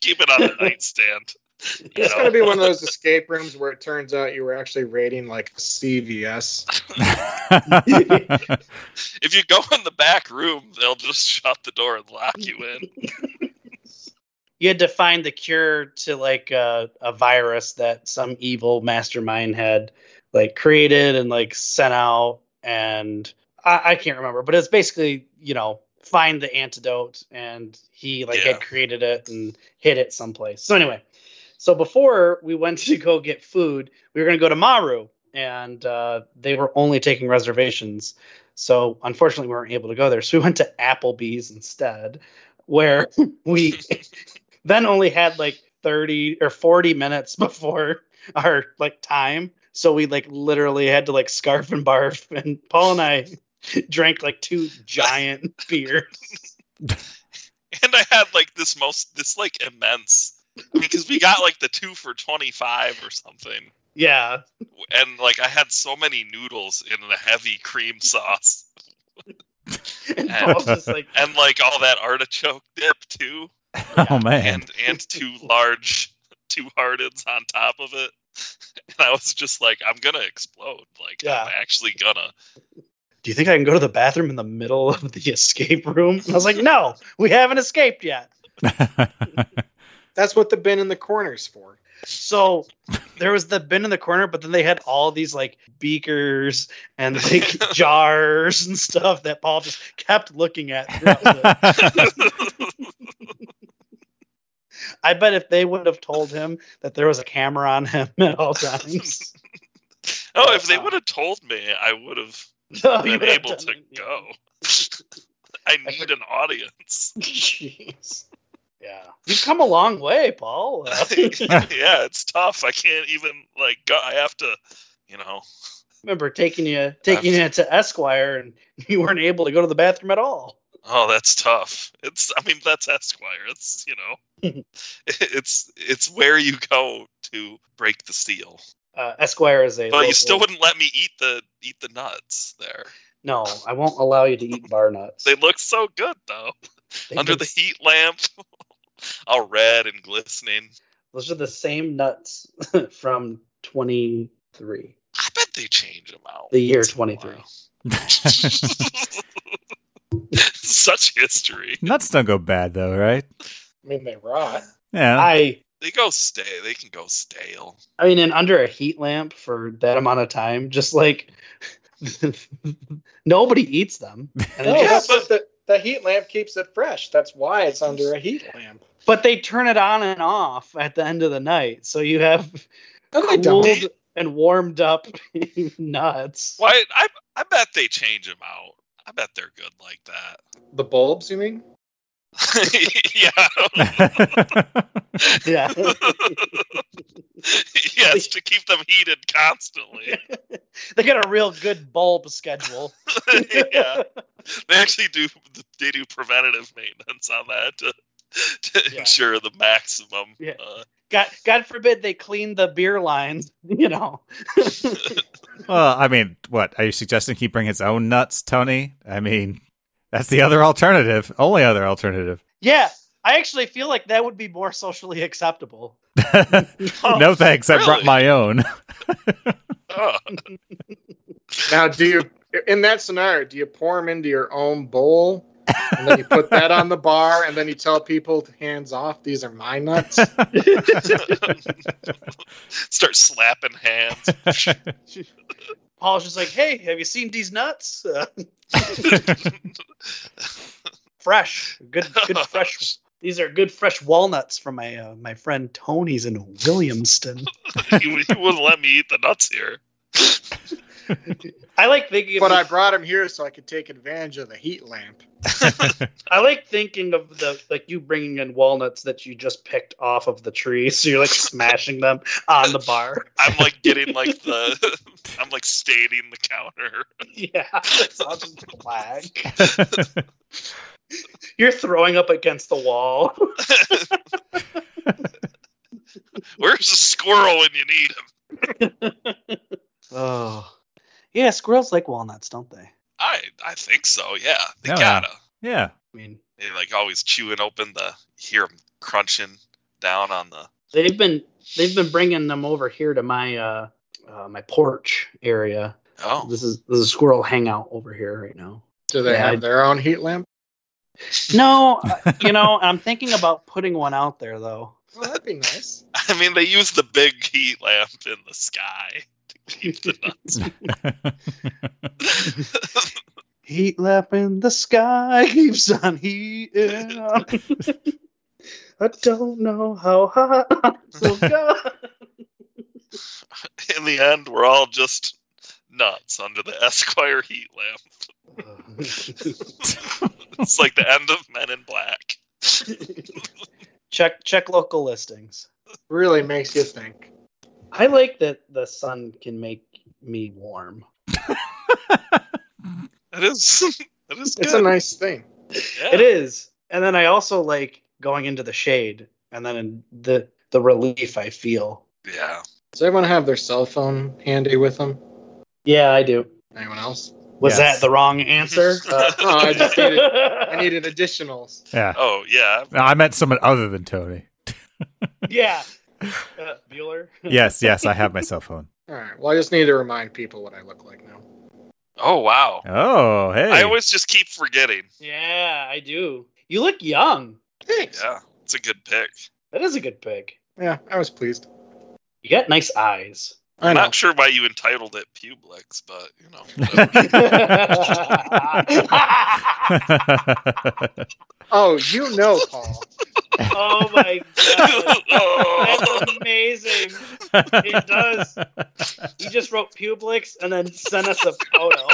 S3: Keep it on the nightstand. You
S2: It's
S3: know?
S2: going to be one of those escape rooms where it turns out you were actually raiding like CVS.
S3: if you go in the back room, they'll just shut the door and lock you in.
S1: you had to find the cure to like uh, a virus that some evil mastermind had like created and like sent out and I, I can't remember but it's basically you know find the antidote and he like
S3: Yeah.
S1: had created it and hid it someplace so anyway so before we went to go get food we were going to go to maru and uh, they were only taking reservations so unfortunately we weren't able to go there so we went to applebee's instead where we then only had like 30 or 40 minutes before our like time so we like literally had to like scarf and barf and paul and i drank like two giant beers
S3: And I had like this most this like immense because we got like the two for twenty five or something.
S1: yeah
S3: And like I had so many noodles in the heavy cream sauce.
S1: and paul's just like
S3: And like all that artichoke dip too.
S4: oh man,
S3: and and two large two hardens on top of it. And I was just like, I'm gonna explode. Like
S1: Yeah.
S3: I'm actually gonna.
S1: do you think i can go to the bathroom in the middle of the escape room and i was like no we haven't escaped yet
S2: That's what the bin in the corner's for.
S1: So there was the bin in the corner, but then they had all these like beakers and like jars and stuff that Paul just kept looking at. Throughout the,
S3: Oh,
S1: I bet if they would have told him that there was a camera on him at all times,
S3: oh, if they would have told me, I would have
S1: so he
S3: been
S1: would have
S3: able
S1: Oh, done
S3: to
S1: it.
S3: go. I need an audience.
S1: Jeez. Yeah, you've come a long way, Paul. Uh,
S3: yeah, it's tough. I can't even like go. I have to, you know.
S1: remember taking you taking you to Esquire, and you weren't able to go to the bathroom at all.
S3: Oh, that's tough. It's I mean that's Esquire. It's you know, it's it's where you go to break the seal.
S1: Uh, Esquire is a.
S3: Well, you still
S1: local-
S3: wouldn't let me eat the eat the nuts there.
S1: No, I won't allow you to eat bar nuts.
S3: They look so good though.
S1: They
S3: Under
S1: look
S3: the heat lamp, all red and glistening.
S1: Those are the same nuts from 23.
S3: I bet they change them out.
S1: The year
S3: once in a
S1: 23.
S3: while. Such history.
S4: nuts don't go bad though, right?
S2: I mean, they rot.
S4: Yeah,
S1: I
S3: They go stay. They can go stale.
S1: I mean, and under a heat lamp for that amount of time, just like nobody eats them. And
S2: No,
S1: it
S2: that's
S1: just-
S2: what the, the heat lamp keeps it fresh. That's why it's under a heat lamp.
S1: but they turn it on and off at the end of the night, so you have
S2: No, they don't.
S1: cooled and warmed up nuts.
S3: Why? I I bet they change them out. I bet they're good like that.
S2: The bulbs, you mean?
S3: yeah.
S1: Yeah.
S3: yes, to keep them heated constantly.
S1: they got a real good bulb schedule.
S3: yeah. they actually do they do preventative maintenance on that to, to
S1: Yeah.
S3: ensure the maximum
S1: Yeah.
S3: uh,
S1: God, God forbid they clean the beer lines, you know.
S4: well, I mean, what are you suggesting? He bring his own nuts, Tony? I mean, that's the other alternative. Only other alternative.
S1: Yeah, I actually feel like that would be more socially acceptable.
S4: no thanks. I
S3: really?
S4: brought my own.
S3: oh,
S2: Now, do you in that scenario do you pour them into your own bowl, and then you put that on the bar, and then you tell people hands off? These are my nuts.
S3: start slapping hands
S1: Paul's just like, "Hey, have you seen these nuts? Uh, fresh, good, good fresh. These are good fresh walnuts from my uh, my friend Tony's in Williamston."
S3: you, you wouldn't let me eat the nuts here
S1: I like thinking, of
S2: but
S1: the-
S2: I brought them here so I could take advantage of the heat lamp.
S1: I like thinking of the like you bringing in walnuts that you just picked off of the tree, so you're like smashing them on the bar.
S3: i'm like getting like the i'm like staining the counter
S1: Yeah, it's all just black. You're throwing up against the wall.
S3: where's the squirrel when you need him
S1: Oh, yeah. Squirrels like walnuts, don't they? I
S3: i i think so yeah they
S4: Yeah.
S3: gotta
S4: yeah.
S1: mean,
S3: they like always chewing open the hear them crunching down on the
S1: they've been they've been bringing them over here to my uh, uh my porch area.
S3: Oh,
S1: This is this is a squirrel hangout over here right now.
S2: Do they
S1: Yeah,
S2: have
S1: I-
S2: their own heat lamp?
S1: No, uh, you know, I'm thinking about putting one out there though.
S2: Well, that'd be nice.
S3: I mean, they use the big heat lamp in the sky to keep the nuts.
S1: Heat lap in the sky keeps on heating on. I don't know how hot I'm so good.
S3: in the end, we're all just nuts under the Esquire heat lamp. It's like the end of Men in Black.
S1: check check local listings.
S2: Really makes you think.
S1: I like that the sun can make me warm.
S3: It is. It is
S2: It's a
S3: good.
S2: nice thing.
S3: yeah.
S1: It is, and then I also like going into the shade, and then in the the relief I feel.
S3: Yeah.
S2: Does everyone have their cell phone handy with them?
S1: Yeah, I do.
S2: Anyone else?
S1: Was
S4: Yes.
S1: that the wrong answer? Uh,
S2: No, I just needed, I needed additionals.
S4: yeah.
S3: Oh yeah.
S4: No, I meant someone other than Tony.
S1: yeah. Uh, Bueller.
S4: Yes, yes, I have my cell phone.
S2: All right. Well, I just need to remind people what I look like now.
S3: Oh wow.
S4: Oh, hey.
S3: I always just keep forgetting.
S1: Yeah, I do. You look young.
S2: Thanks.
S3: Yeah, it's a good pick.
S1: That is a good pick.
S2: Yeah, I was pleased.
S1: You got nice eyes.
S2: I
S3: I'm
S2: know.
S3: not sure why you entitled it Publix, but you know. whatever.
S1: oh
S2: Oh, you know, Paul.
S1: my god.
S3: oh,
S1: That's amazing. It does. You just wrote Publix and then sent us a photo.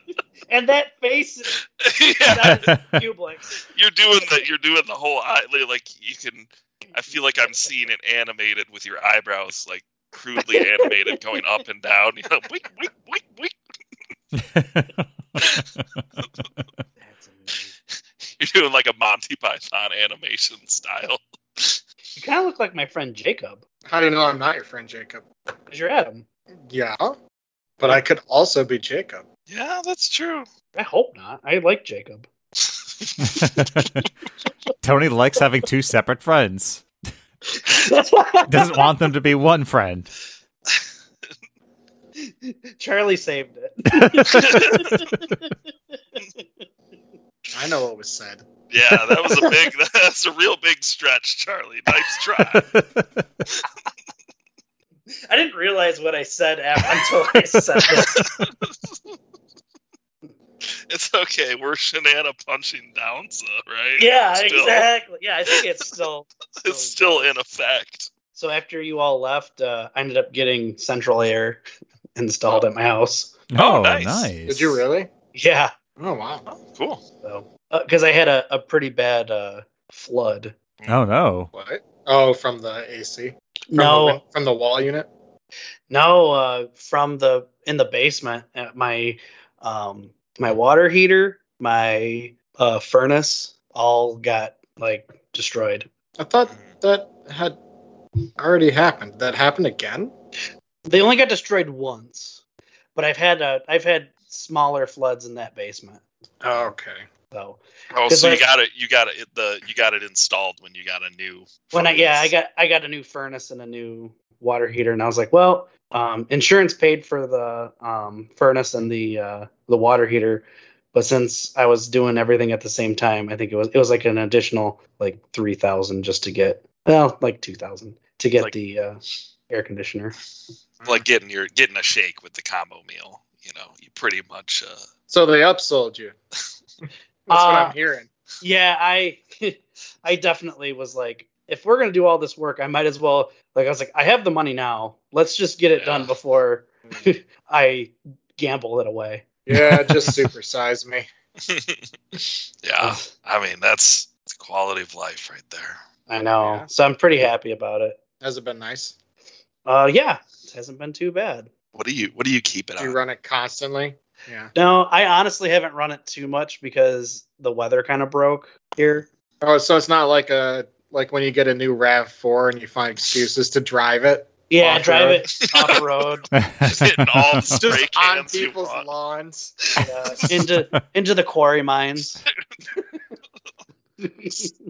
S1: and that face
S3: yeah,
S1: that is Publix.
S3: you're doing the you're doing the whole eye like you can. I feel like I'm seeing it animated with your eyebrows like crudely animated going up and down. You know, wink, wink, wink, wink.
S1: That's amazing.
S3: You're doing like a Monty Python animation style.
S1: You kind of look like my friend Jacob.
S2: How do you know I'm not your friend, Jacob?
S1: Because you're Adam.
S2: Yeah, but I could also be Jacob.
S3: Yeah, that's true.
S1: I hope not. I like Jacob.
S4: Tony likes having two separate friends. Doesn't want them to be one friend.
S1: Charlie saved it.
S2: I know what was said.
S3: Yeah, that was a big. That's a real big stretch, Charlie. Nice try.
S1: I didn't realize what I said af- until I said it.
S3: It's okay. We're Shanana punching downza, right?
S1: Yeah,
S3: Still.
S1: exactly. Yeah, I think it's still.
S3: It's still in effect.
S1: So after you all left, uh, I ended up getting central air installed at my house.
S4: Oh,
S3: nice.
S4: nice.
S2: Did you really?
S1: Yeah,
S2: Oh wow.
S3: Oh, cool.
S1: so because I had a, a pretty bad uh, flood.
S4: Oh no.
S2: What? Oh, from the AC. From
S1: no,
S2: The, win- from the wall unit.
S1: No, uh, from the in the basement at my um my water heater, my uh furnace all got like destroyed.
S2: I thought
S1: Mm-hmm.
S2: that had already happened. That happened again.
S1: They only got destroyed once. But I've had uh, I've had smaller floods in that basement.
S2: Oh, okay.
S1: So
S3: Oh,
S1: 'Cause
S3: so you
S1: like-
S3: got it. You got it. The you got it installed when you got a new.
S1: when I yeah, I
S3: furnace.
S1: got I got a new furnace and a new water heater and I was like, well, um insurance paid for the um furnace and the uh the water heater, but since I was doing everything at the same time, I think it was it was like an additional like 3000 just to get well, like 2000 to get
S3: Like-
S1: the uh air conditioner.
S3: like getting your getting a shake with the combo meal. You know, you pretty much. Uh,
S2: So they upsold you. That's what
S1: Uh,
S2: I'm hearing.
S1: Yeah, I I definitely was like if we're going to do all this work, I might as well like I was like I have the money now. Let's just get it
S3: Yeah.
S1: done before I gamble it away.
S2: Yeah, just supersize me.
S3: yeah, I mean that's it's quality of life right there.
S1: I know.
S2: Yeah.
S1: So I'm pretty happy about it.
S2: Has it been nice?
S1: Uh yeah, it hasn't been too bad.
S3: What do you What do you keep it
S2: Do you
S3: on?
S2: run it constantly? Yeah.
S1: No, I honestly haven't run it too much because the weather kind of broke here.
S2: Oh, so it's not like a like when you get a new Rav Four and you find excuses to drive it
S1: Yeah,
S2: Off-road.
S1: drive it off road
S3: Just hitting all the spray
S2: just on
S3: cans you
S2: people's
S3: bought.
S2: lawns.
S1: uh, into into the quarry mines.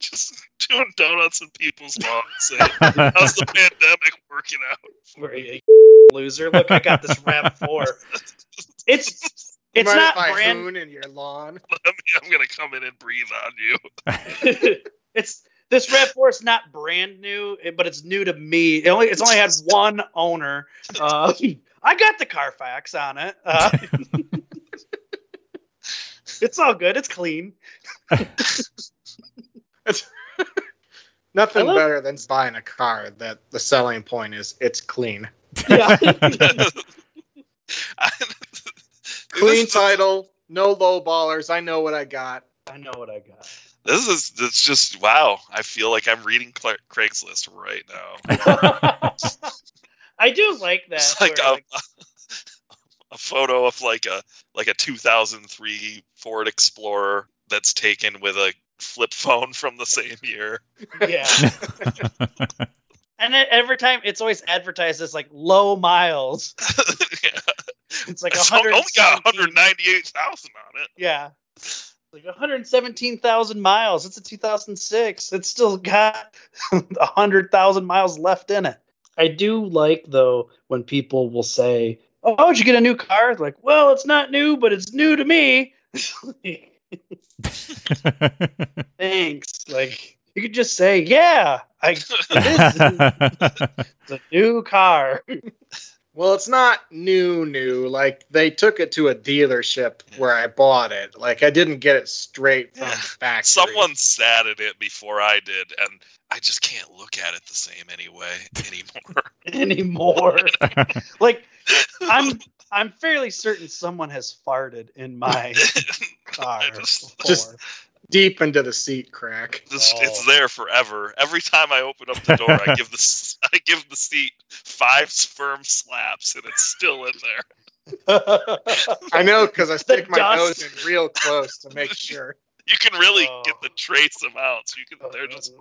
S3: Just doing donuts in people's lawns. saying, How's the pandemic working out?
S1: We're a loser. Look, I got this Rav Four. It's
S2: You
S1: it's
S2: mind
S1: not
S2: if I
S1: brand.
S2: hoon in your lawn.
S3: I'm, I'm gonna come in and breathe on you.
S1: it's this Rav Four is not brand new, but it's new to me. It only it's only had one owner. Uh, I got the Carfax on it. Uh, it's all good. It's clean.
S2: Nothing
S1: I love-
S2: better than buying a car that the selling point is it's clean.
S1: Yeah.
S3: I-
S2: Clean
S3: this, is-
S2: title, no low ballers. I know what I got.
S1: I know what I got.
S3: this is it's just wow. I feel like I'm reading Cla- Craigslist right now.
S1: I do like that.
S3: It's like oh,
S1: where,
S3: a, a photo of like a like a 2003 Ford Explorer that's taken with a flip phone from the same year.
S1: yeah. and then every time it's always advertised as like low miles.
S3: yeah.
S1: It's like
S3: It's only Oh, got
S1: 117
S3: 198,000 on it.
S1: Yeah. Like 117,000 miles. It's a 2006. It's still got 100,000 miles left in it. I do like, though, when people will say, Oh, did you get a new car? Like, well, it's not new, but it's new to me. Thanks. Like, you could just say, Yeah, I, this is a new car.
S2: Well, it's not new, new. Like they took it to a dealership where I bought it. Like I didn't get it straight from the
S3: Yeah.
S2: factory.
S3: Someone sat at it before I did, and I just can't look at it the same anyway anymore.
S1: anymore. like I'm I'm fairly certain someone has farted in my car.
S3: I just-
S1: before.
S2: Just- deep into the seat crack.
S3: This, It's
S1: Oh.
S3: there forever. Every time I open up the door, I give the s- I give the seat five firm slaps, and it's still in there.
S2: I know because I stick my
S1: dust.
S2: nose in real close to make sure.
S3: You can really
S1: Oh. Oh.
S3: get the trace amounts. You can. They're just.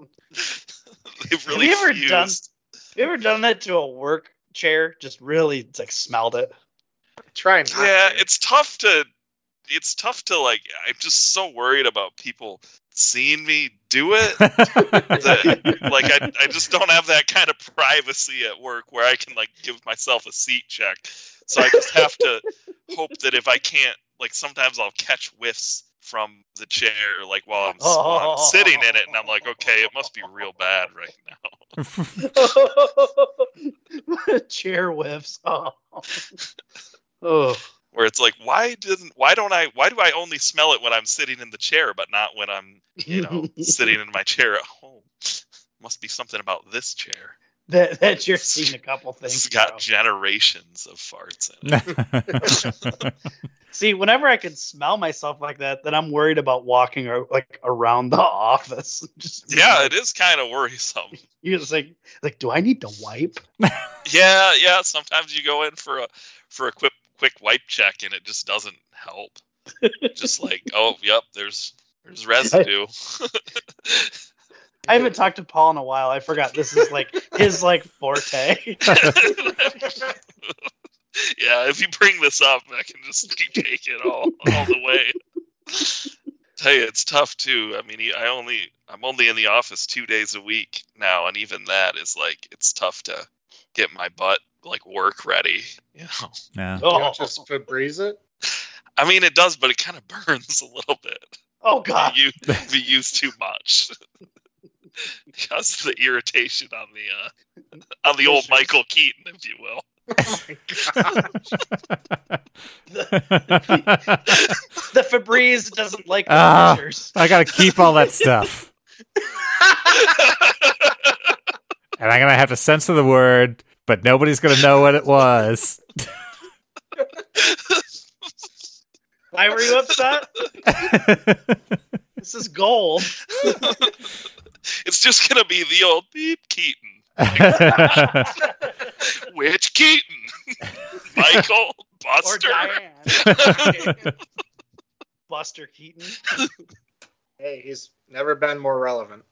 S3: They've
S1: Have
S3: really
S1: you ever done
S3: fused.
S1: you ever done that to a work chair? Just really like smelled it.
S2: Try not.
S3: yeah
S2: to.
S3: it's tough to it's tough to like i'm just so worried about people seeing me do it that, like I, I just don't have that kind of privacy at work where i can like give myself a seat check so i just have to hope that if i can't like sometimes i'll catch whiffs from the chair like while i'm, while I'm sitting in it and i'm like okay it must be real bad right now
S1: chair whiffs. Oh. oh.
S3: where it's like why didn't why don't i why do i only smell it when i'm sitting in the chair but not when i'm you know, sitting in my chair at home. Must be something about this chair.
S1: that that chair's seen a couple things.
S3: This has got
S1: bro.
S3: generations of farts in it.
S1: See, whenever I can smell myself like that, then I'm worried about walking or like around the office. Just
S3: yeah,
S1: like,
S3: it is kind of worrisome.
S1: you're just like, like, do I need to wipe?
S3: Yeah, yeah. Sometimes you go in for a for a quick quick wipe check and it just doesn't help. just like, oh, yep, there's there's residue.
S1: I haven't talked to Paul in a while. I forgot this is like his like forte.
S3: yeah, if you bring this up, I can just take it all all the way. Tell you, it's tough too. I mean, I only I'm only in the office two days a week now, and even that is like it's tough to get my butt like work ready. You know,
S4: yeah.
S2: You
S1: Oh,
S2: don't just Febreze it.
S3: I mean, it does, but it kind of burns a little bit.
S1: oh god.
S3: You be used too much because of the irritation on the uh, on the old Michael Keaton, if you will.
S1: The Febreze doesn't like the
S4: Ah.
S1: pictures.
S4: I gotta keep all that stuff, and I'm gonna have to censor the word, but nobody's gonna know what it was.
S1: Why were you upset? This is gold.
S3: It's just gonna be the old beep Keaton. Which Keaton? Michael
S1: Or
S3: Buster?
S1: Diane. Buster Keaton.
S2: Hey, he's never been more relevant.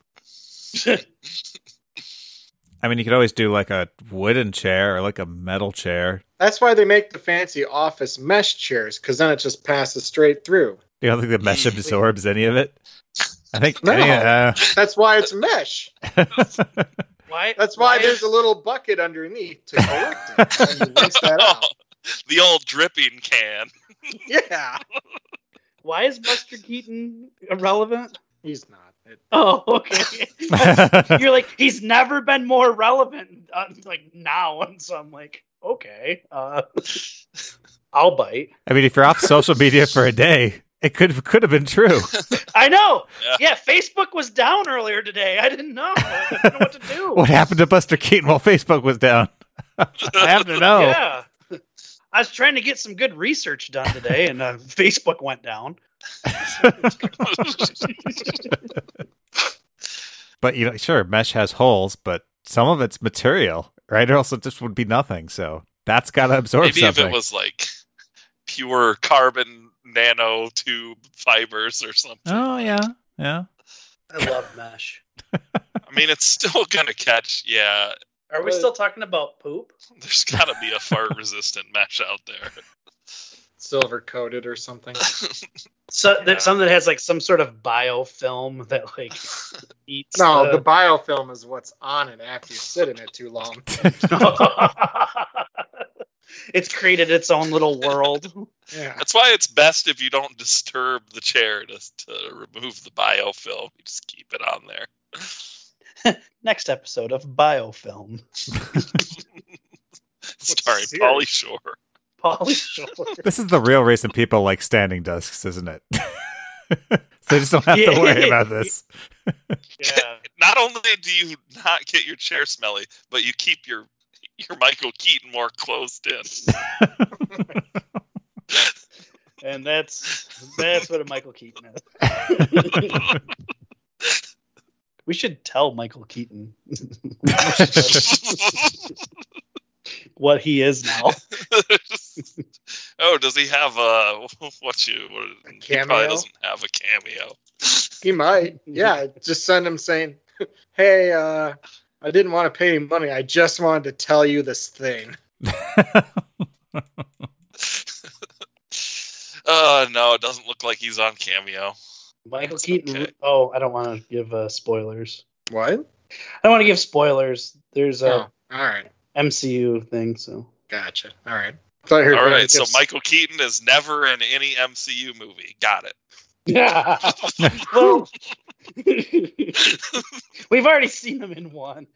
S4: I mean, you could always do like a wooden chair or like a metal chair.
S2: That's why they make the fancy office mesh chairs, because then it just passes straight through.
S4: You don't think the mesh absorbs any uh, of it? I think.
S2: No.
S4: yeah,
S2: That's why it's mesh.
S4: uh,
S1: Why?
S2: That's why
S1: why-
S2: there's a little bucket underneath to collect it. And you rinse that out.
S3: Oh, the old dripping can.
S2: Yeah.
S1: Why is Buster Keaton irrelevant?
S2: He's not. It,
S1: Oh, okay. You're like he's never been more relevant. Uh, like now, and so I'm like, okay, uh, I'll bite.
S4: I mean, if you're off social media for a day, it could could have been true.
S1: I know.
S3: Yeah.
S1: Yeah. Facebook was down earlier today. I didn't know. I didn't know what to do.
S4: What happened to Buster Keaton while Facebook was down? I have to know.
S1: Yeah. I was trying to get some good research done today, and uh, Facebook went down.
S4: But you know, sure, mesh has holes, but some of it's material, right? Or else it just would be nothing. So that's got to absorb
S3: Maybe
S4: something.
S3: if it was like pure carbon nanotube fibers or something.
S4: oh yeah, yeah.
S1: I love mesh.
S3: I mean, it's still gonna catch. Yeah,
S1: Are we
S2: But-
S1: still talking about poop?
S3: there's gotta be a fart resistant mesh out there.
S2: silver coated or something.
S1: So
S3: Yeah.
S1: that something that has like some sort of biofilm that like eats.
S2: No,
S1: the-
S2: the biofilm is what's on it after you sit in it too long.
S1: it's created its own little world.
S2: Yeah.
S3: That's why it's best if you don't disturb the chair to, to remove the biofilm. You just keep it on there.
S1: Next episode of biofilm.
S3: Starring
S2: serious.
S3: Polly Shore.
S1: Polly Shore.
S4: This is the real reason people like standing desks, isn't it? so they just don't have to
S1: Yeah.
S4: worry about this.
S1: yeah.
S3: Not only do you not get your chair smelly, but you keep your your Michael Keaton more closed in.
S1: And that's that's what a Michael Keaton is. We should tell Michael Keaton what he is now.
S3: oh, does he have a what you? What,
S2: A
S3: He
S2: cameo?
S3: probably doesn't have a cameo.
S2: He might. Yeah. Just send him saying, Hey, uh, I didn't want to pay you money. I just wanted to tell you this thing.
S3: Uh no, it doesn't look like he's on cameo.
S1: Michael
S3: That's
S1: Keaton.
S3: okay.
S1: Oh, I don't want to give uh, spoilers.
S2: What?
S1: I don't want to give spoilers. There's
S2: Oh,
S1: a
S2: all right.
S1: MCU thing, so
S2: Gotcha. All right. So I heard
S3: All right, so
S2: just-
S3: Michael Keaton is never in any MCU movie. Got it.
S1: yeah. well, we've already seen him in one.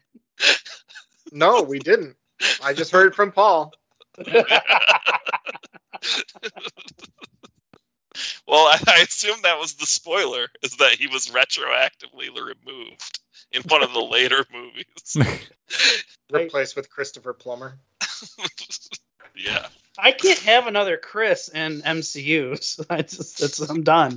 S2: No, we didn't. I just heard from Paul.
S3: Well, I, I assume that was the spoiler is that he was retroactively removed in one of the later movies.
S2: Replaced with Christopher Plummer.
S3: yeah.
S1: I can't have another Chris in MCU. So I just that's I'm done.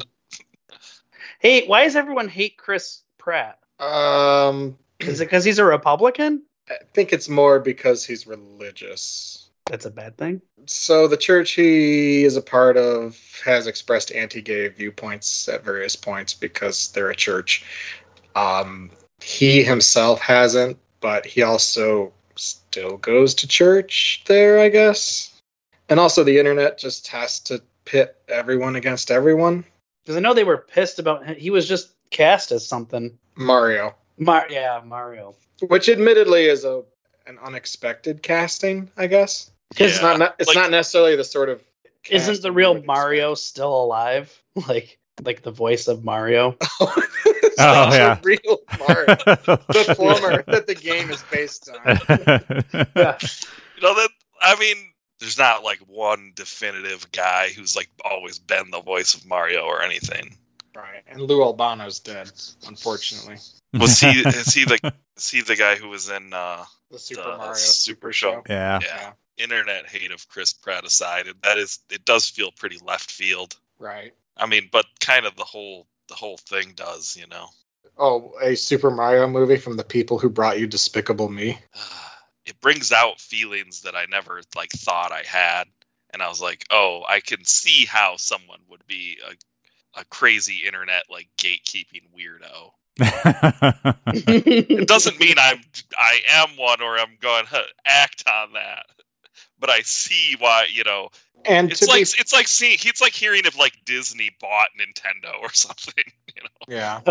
S1: Hey, why does everyone hate Chris Pratt?
S2: Um,
S1: Is it because he's a Republican?
S2: I think it's more because he's religious.
S1: That's a bad thing.
S2: So the church he is a part of has expressed anti-gay viewpoints at various points because they're a church. Um, he himself hasn't, but he also still goes to church there, I guess. And also the internet just has to pit everyone against everyone.
S1: Because I know they were pissed about him. He was just cast as something.
S2: Mario,
S1: Mar- yeah, Mario.
S2: which admittedly is a an unexpected casting, I guess. It's
S3: Yeah.
S2: not ne- it's
S3: Like-
S2: not necessarily the sort of
S1: Isn't
S2: cast
S1: the
S2: you
S1: real
S2: would
S1: Mario still alive? Like like the voice of Mario.
S2: expect. It's
S4: Oh,
S2: not the
S4: yeah.
S2: real Mario, the plumber that the game is based on.
S3: You know that I mean, there's not like one definitive guy who's like always been the voice of Mario or anything.
S2: Right, and Lou Albano's dead, unfortunately.
S3: Was he is he the is he the guy who was in uh
S2: The Super
S3: The
S2: Mario Super
S3: Super
S2: Show.
S4: yeah.
S3: yeah. internet hate of Chris Pratt aside, and that is it does feel pretty left field.
S2: Right.
S3: I mean, but kind of the whole the whole thing does, you know.
S2: Oh, a Super Mario movie from the people who brought you Despicable Me.
S3: It brings out feelings that I never like thought I had, and I was like, oh, I can see how someone would be a a crazy internet like gatekeeping weirdo. It doesn't mean I'm I am one or I'm going to act on that. But I see why, you know,
S2: And
S3: it's
S2: to
S3: like
S2: be
S3: it's like seeing it's like hearing if like Disney bought Nintendo or something. You know,
S2: Yeah.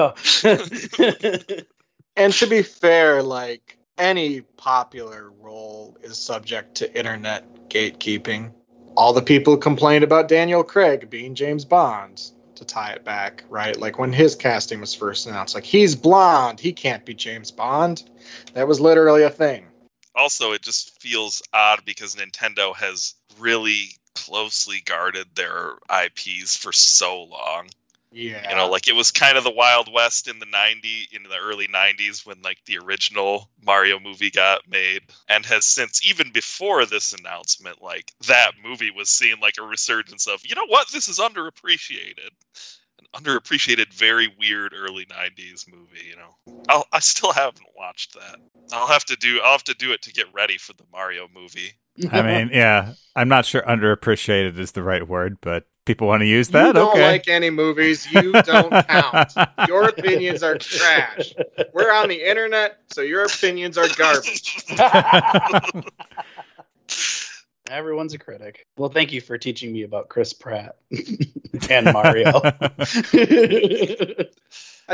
S1: Oh.
S2: And to be fair, like any popular role is subject to internet gatekeeping. All the people complained about Daniel Craig being James Bond to tie it back, right? Like when his casting was first announced, like he's blonde, he can't be James Bond. That was literally a thing.
S3: also it just feels odd because Nintendo has really closely guarded their IPs for so long.
S2: Yeah.
S3: You know, like it was kind of the Wild West in the 90 in the early 90s when like the original Mario movie got made and has since even before this announcement like that movie was seeing like a resurgence of, you know what, this is underappreciated. An underappreciated very weird early 90s movie, you know. I'll, I still haven't watched that. I'll have to do I'll have to do it to get ready for the Mario movie.
S4: I mean, yeah, I'm not sure underappreciated is the right word, but people want to use
S2: you
S4: that.
S2: don't
S4: okay.
S2: like any movies, you don't count. Your opinions are trash. We're on the internet, so your opinions are garbage.
S1: Everyone's a critic. Well, thank you for teaching me about Chris Pratt and Mario.
S2: I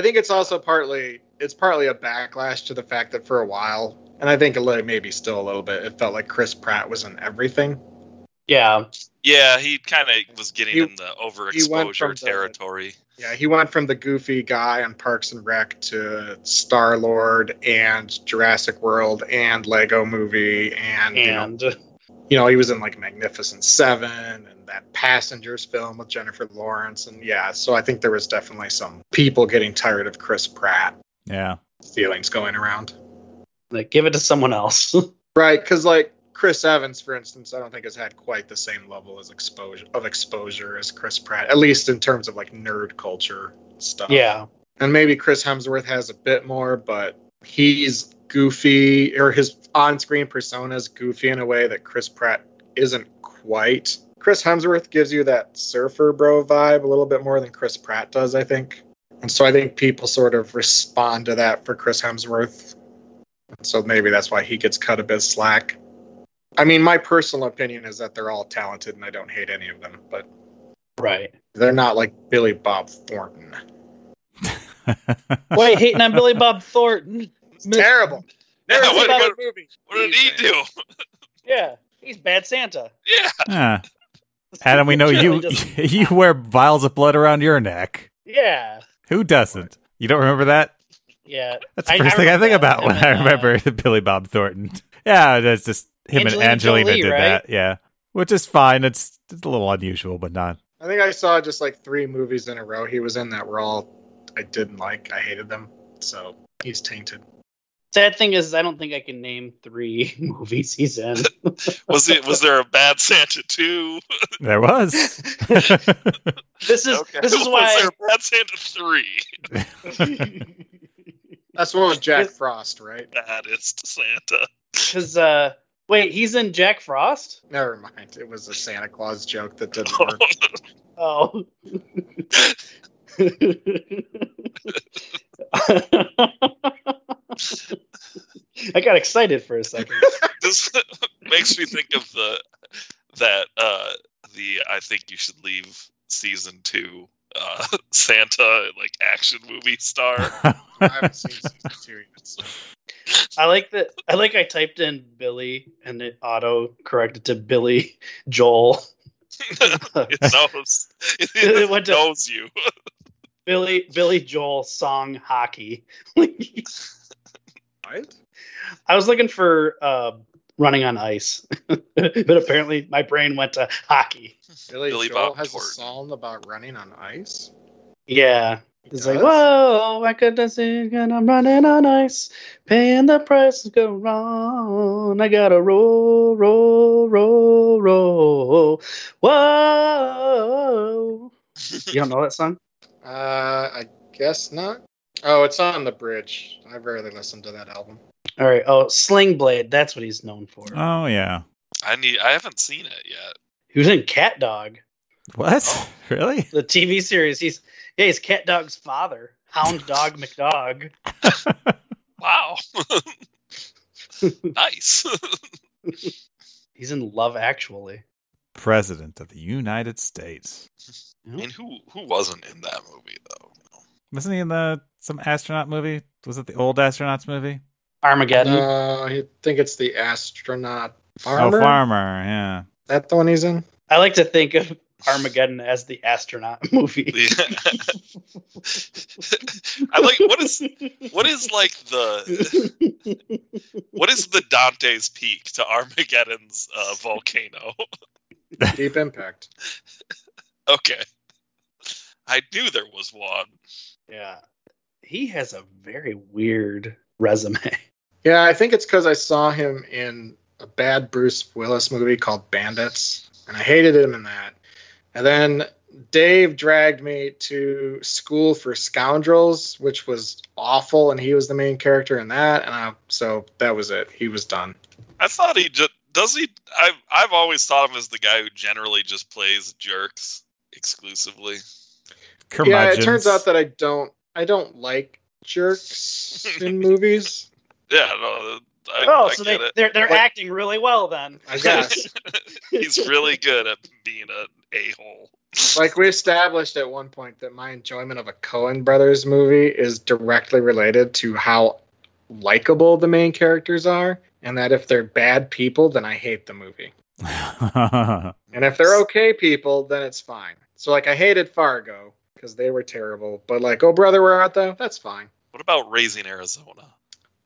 S2: think it's also partly it's partly a backlash to the fact that for a while, and I think a little, maybe still a little bit, it felt like Chris Pratt was in everything.
S1: yeah.
S3: Yeah, he kind of was getting
S2: He-
S3: in the
S2: went from
S3: overexposure
S2: the-
S3: territory.
S2: Yeah, he went from the goofy guy on Parks and Rec to Star Lord and Jurassic World and Lego Movie, and, you, know,
S1: And
S2: you know he was in like Magnificent Seven and that Passengers film with Jennifer Lawrence, and yeah, so I think there was definitely some people getting tired of Chris Pratt
S4: yeah.
S2: feelings going around.
S1: like, give it to someone else.
S2: Right, because like Chris Evans, for instance, I don't think has had quite the same level as exposure of exposure as Chris Pratt, at least in terms of like nerd culture stuff.
S1: yeah.
S2: and maybe Chris Hemsworth has a bit more, but he's goofy or his on-screen persona is goofy in a way that Chris Pratt isn't quite. Chris Hemsworth gives you that surfer bro vibe a little bit more than Chris Pratt does, I think. And so I think people sort of respond to that for Chris Hemsworth. And so maybe that's why he gets cut a bit slack. I mean, my personal opinion is that they're all talented and I don't hate any of them, but
S1: Right.
S2: they're not like Billy Bob Thornton.
S1: Wait, hating on Billy Bob Thornton.
S2: Terrible.
S3: Yeah,
S1: There's
S3: what,
S1: about
S3: what,
S2: movie.
S3: what did he do?
S1: Yeah. He's bad Santa.
S3: Yeah,
S4: Huh. Adam, we know
S1: Surely
S4: you
S1: doesn't-
S4: you wear vials of blood around your neck.
S1: Yeah.
S4: Who doesn't? You don't remember that?
S1: Yeah.
S4: That's the
S1: I-
S4: first
S1: I
S4: thing I think
S1: remember that.
S4: about when I
S1: And then, uh,
S4: remember the Billy Bob Thornton. Yeah, that's just him and
S1: Angelina
S4: Angelina
S1: Jolie,
S4: did that. Yeah, which is fine. It's, it's a little unusual, but not.
S2: I think I saw just like three movies in a row he was in that were all I didn't like. I hated them. So he's tainted.
S1: Sad thing is, I don't think I can name three movies he's in.
S3: was it? Was there a bad Santa too?
S4: There was.
S1: This is this is
S3: Was
S1: why.
S3: there a bad Santa three?
S2: That's what was Jack
S1: Yes.
S2: Frost, right?
S3: Baddest Santa.
S1: Because uh, wait, he's in Jack Frost.
S2: Never mind. It was a Santa Claus joke that didn't work.
S3: I
S1: Oh. I got excited for a second.
S3: this makes me think of the that uh the I think you should leave season two uh Santa like action movie star.
S2: I haven't seen season two yet. So.
S1: I like that. I like I typed in Billy and it auto corrected to Billy Joel.
S3: it knows it,
S1: It went to-
S3: knows you.
S1: Billy Billy Joel song hockey. I
S2: What?
S1: was looking for uh, running on ice, but apparently my brain went to hockey.
S2: Billy,
S3: Billy
S2: Joel
S3: Bob
S2: has
S3: Thornton.
S2: a song about running on ice.
S1: Yeah,
S2: He
S1: it's like
S2: does?
S1: whoa, I could not sing and I'm running on ice, paying the price to go wrong. I gotta roll, roll, roll, roll. Whoa, you don't know that song?
S2: Uh, I guess not. Oh, it's on the bridge. I rarely listen to that album.
S1: All right. Oh, Sling Blade. That's what he's known for.
S4: oh yeah.
S3: I need I haven't seen it yet.
S1: he was in Cat Dog.
S4: What?
S1: Oh.
S4: Really?
S1: the TV series. He's yeah, he's Cat Dog's father, Hound Dog McDog.
S3: Wow. nice.
S1: He's in Love Actually.
S4: President of the United States.
S3: and who who wasn't in that movie though?
S4: Wasn't he in the some astronaut movie? Was it the old astronauts movie?
S1: Armageddon.
S2: Uh, I think it's the astronaut
S4: Oh,
S2: farmer.
S4: Farmer. Yeah.
S2: That the one he's in?
S1: I like to think of Armageddon as the astronaut movie.
S3: I like what is what is like the what is the Dante's Peak to Armageddon's uh, volcano?
S2: Deep Impact.
S3: Okay, I knew there was one.
S1: yeah. He has a very weird resume.
S2: Yeah, I think it's because I saw him in a bad Bruce Willis movie called Bandits, and I hated him in that. And then Dave dragged me to School for Scoundrels, which was awful, and he was the main character in that. And I, so that was it. He was done.
S3: I thought he just does he. I've I've always thought of him as the guy who generally just plays jerks exclusively.
S2: Yeah, it
S4: Curmudgeons.
S2: turns out that I don't. I don't like jerks in movies.
S3: Yeah, no, uh, I,
S1: oh,
S3: I
S1: so they,
S3: get it.
S1: they're they're
S2: Like-
S1: acting really well then.
S2: I guess.
S3: He's really good at being an a hole.
S2: like we established at one point that my enjoyment of a Cohen Brothers movie is directly related to how likable the main characters are, and that if they're bad people, then I hate the movie. And if they're okay people, then it's fine. So like I hated Fargo because they were terrible, but like Oh Brother We're Out Though, that's fine.
S3: What about raising Arizona?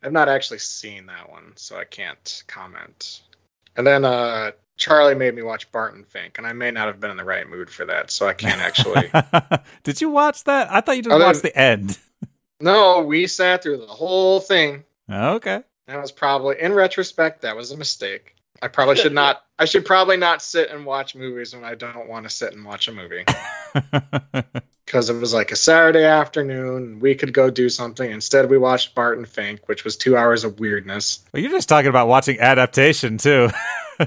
S2: I've not actually seen that one, so I can't comment. And then uh Charlie made me watch Barton Fink, and I may not have been in the right mood for that, so I can't actually
S4: did you watch that? I thought you just
S2: Other-
S4: watched the end.
S2: No, we sat through the whole thing.
S4: Oh, Okay.
S2: That was probably, in retrospect, that was a mistake. I probably should not. I should probably not sit and watch movies when I don't want to sit and watch a movie because it was like a Saturday afternoon. We could go do something. Instead, we watched Barton Fink, which was two hours of weirdness.
S4: Well, you're just talking about watching adaptation too.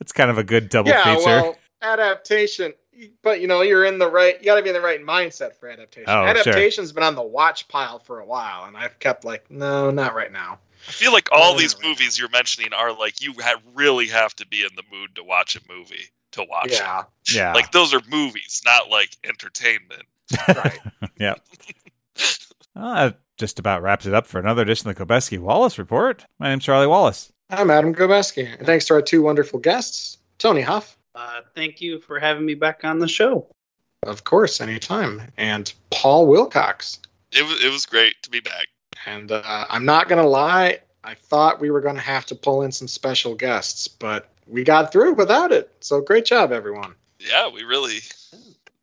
S4: it's kind of a good double
S2: yeah,
S4: feature.
S2: well, adaptation. But you know, you're in the right. You got to be in the right mindset for adaptation.
S4: Oh, sure.
S2: Adaptation's been on the watch pile for a while, and I've kept like, no, not right now.
S3: I feel like all
S2: Uh,
S3: these movies you're mentioning are like you ha- really have to be in the mood to watch a movie to watch
S2: Yeah,
S4: yeah.
S3: it. Like those are movies, not like entertainment.
S2: right.
S4: Well, that just about wraps it up for another edition of the Kobeski Wallace Report. My name's Charlie Wallace.
S2: I'm Adam Gobeski, and thanks to our two wonderful guests, Tony Huff,
S1: Uh, thank you for having me back on the show.
S2: of course, anytime, and Paul Wilcox.
S3: It was it was great to be back.
S2: And uh, I'm not going to lie, I thought we were going to have to pull in some special guests, but we got through without it. So great job, everyone.
S3: Yeah, we really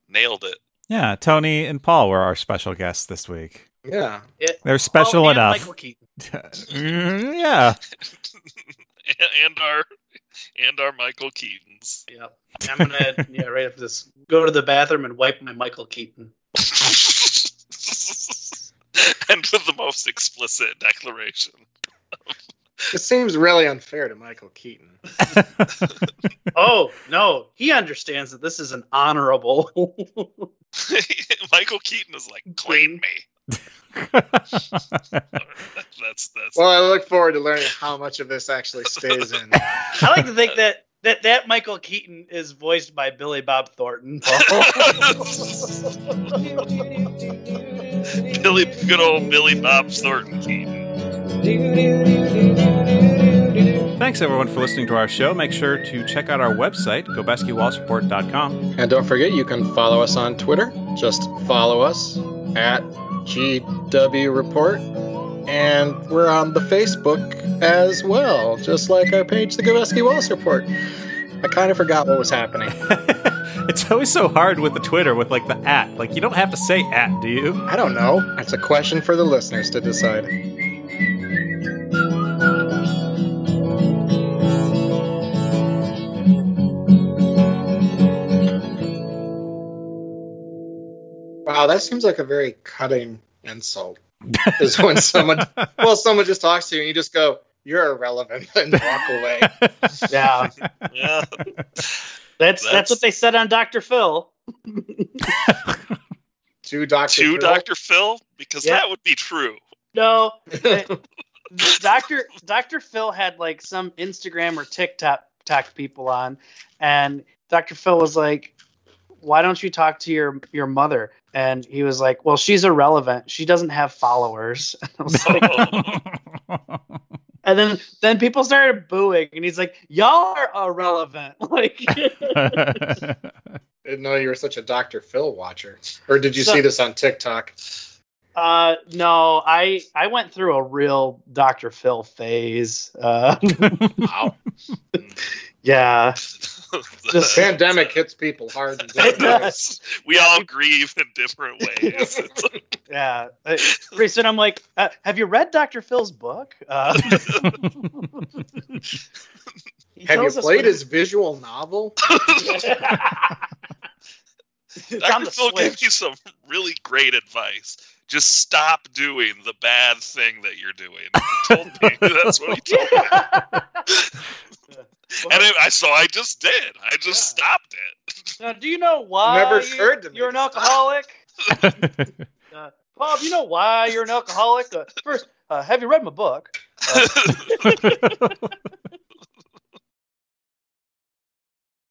S3: nailed it.
S4: Yeah, Tony and Paul were our special guests this week.
S2: Yeah.
S4: They're special
S1: Oh, and
S4: enough.
S1: Michael Keaton.
S4: Mm, yeah.
S3: and our and our Michael Keatons.
S1: Yep. I'm gonna yeah right after this go to the bathroom and wipe my Michael Keaton.
S3: and with the most explicit declaration.
S2: It seems really unfair to Michael Keaton.
S1: Oh no, he understands that this is an honorable.
S3: Michael Keaton is like, clean me. that's that's
S2: Well, I look forward to learning how much of this actually stays in.
S1: I like to think that that that Michael Keaton is voiced by Billy Bob Thornton.
S3: Billy, good old Billy Bob Thornton Keaton.
S4: Thanks everyone for listening to our show. Make sure to check out our website, gobeskiwallacereport.com.
S2: And don't forget, you can follow us on Twitter. Just follow us at GW Report. And we're on the Facebook as well, just like our page, The Gobeski Wallace Report. I kind of forgot what was happening.
S4: it's always so hard with the Twitter with like the at. Like you don't have to say at, do you?
S2: I don't know. That's a question for the listeners to decide. Wow, that seems like a very cutting insult. Is when someone, well, someone just talks to you and you just go, "You're irrelevant," and walk away.
S1: yeah,
S3: Yeah.
S1: that's that's what they said on Doctor Phil.
S2: To Doctor.
S3: To Dr. Phil? Because
S1: Yeah.
S3: that would be true.
S1: No, Doctor Doctor Phil had like some Instagram or TikTok talk people on, and Doctor Phil was like, "Why don't you talk to your your mother?" And he was like, "Well, she's irrelevant. She doesn't have followers." And I was like, and then then people started booing, and he's like, "Y'all are irrelevant." Like,
S2: Didn't know you were such a Dr. Phil watcher. Or did you
S1: So-
S2: see this on TikTok?
S1: uh, no, I I went through a real Dr. Phil phase. Uh,
S3: Wow.
S1: yeah, Just-
S2: Pandemic hits people hard. in
S1: It
S2: different ways.
S1: does.
S3: we all grieve in different ways. It's like,
S1: yeah. Uh, pretty soon I'm like, uh, "Have you read Dr. Phil's book?" Uh, he
S2: Have you
S1: tells us
S2: played
S1: what
S2: his visual novel?
S1: It's on
S3: Dr.
S1: the
S3: Phil gave
S1: Switch.
S3: you some really great advice. Just stop doing the bad thing that you're doing. He told me that's what he told me.
S1: Yeah.
S3: And it, I so I just did. I just
S1: Yeah.
S3: stopped it.
S1: Now, do you know why
S2: Never
S1: you,
S2: occurred to me.
S1: you're an alcoholic? Uh, Bob, you know why uh, you're an alcoholic? Uh, first, uh, have you read my book?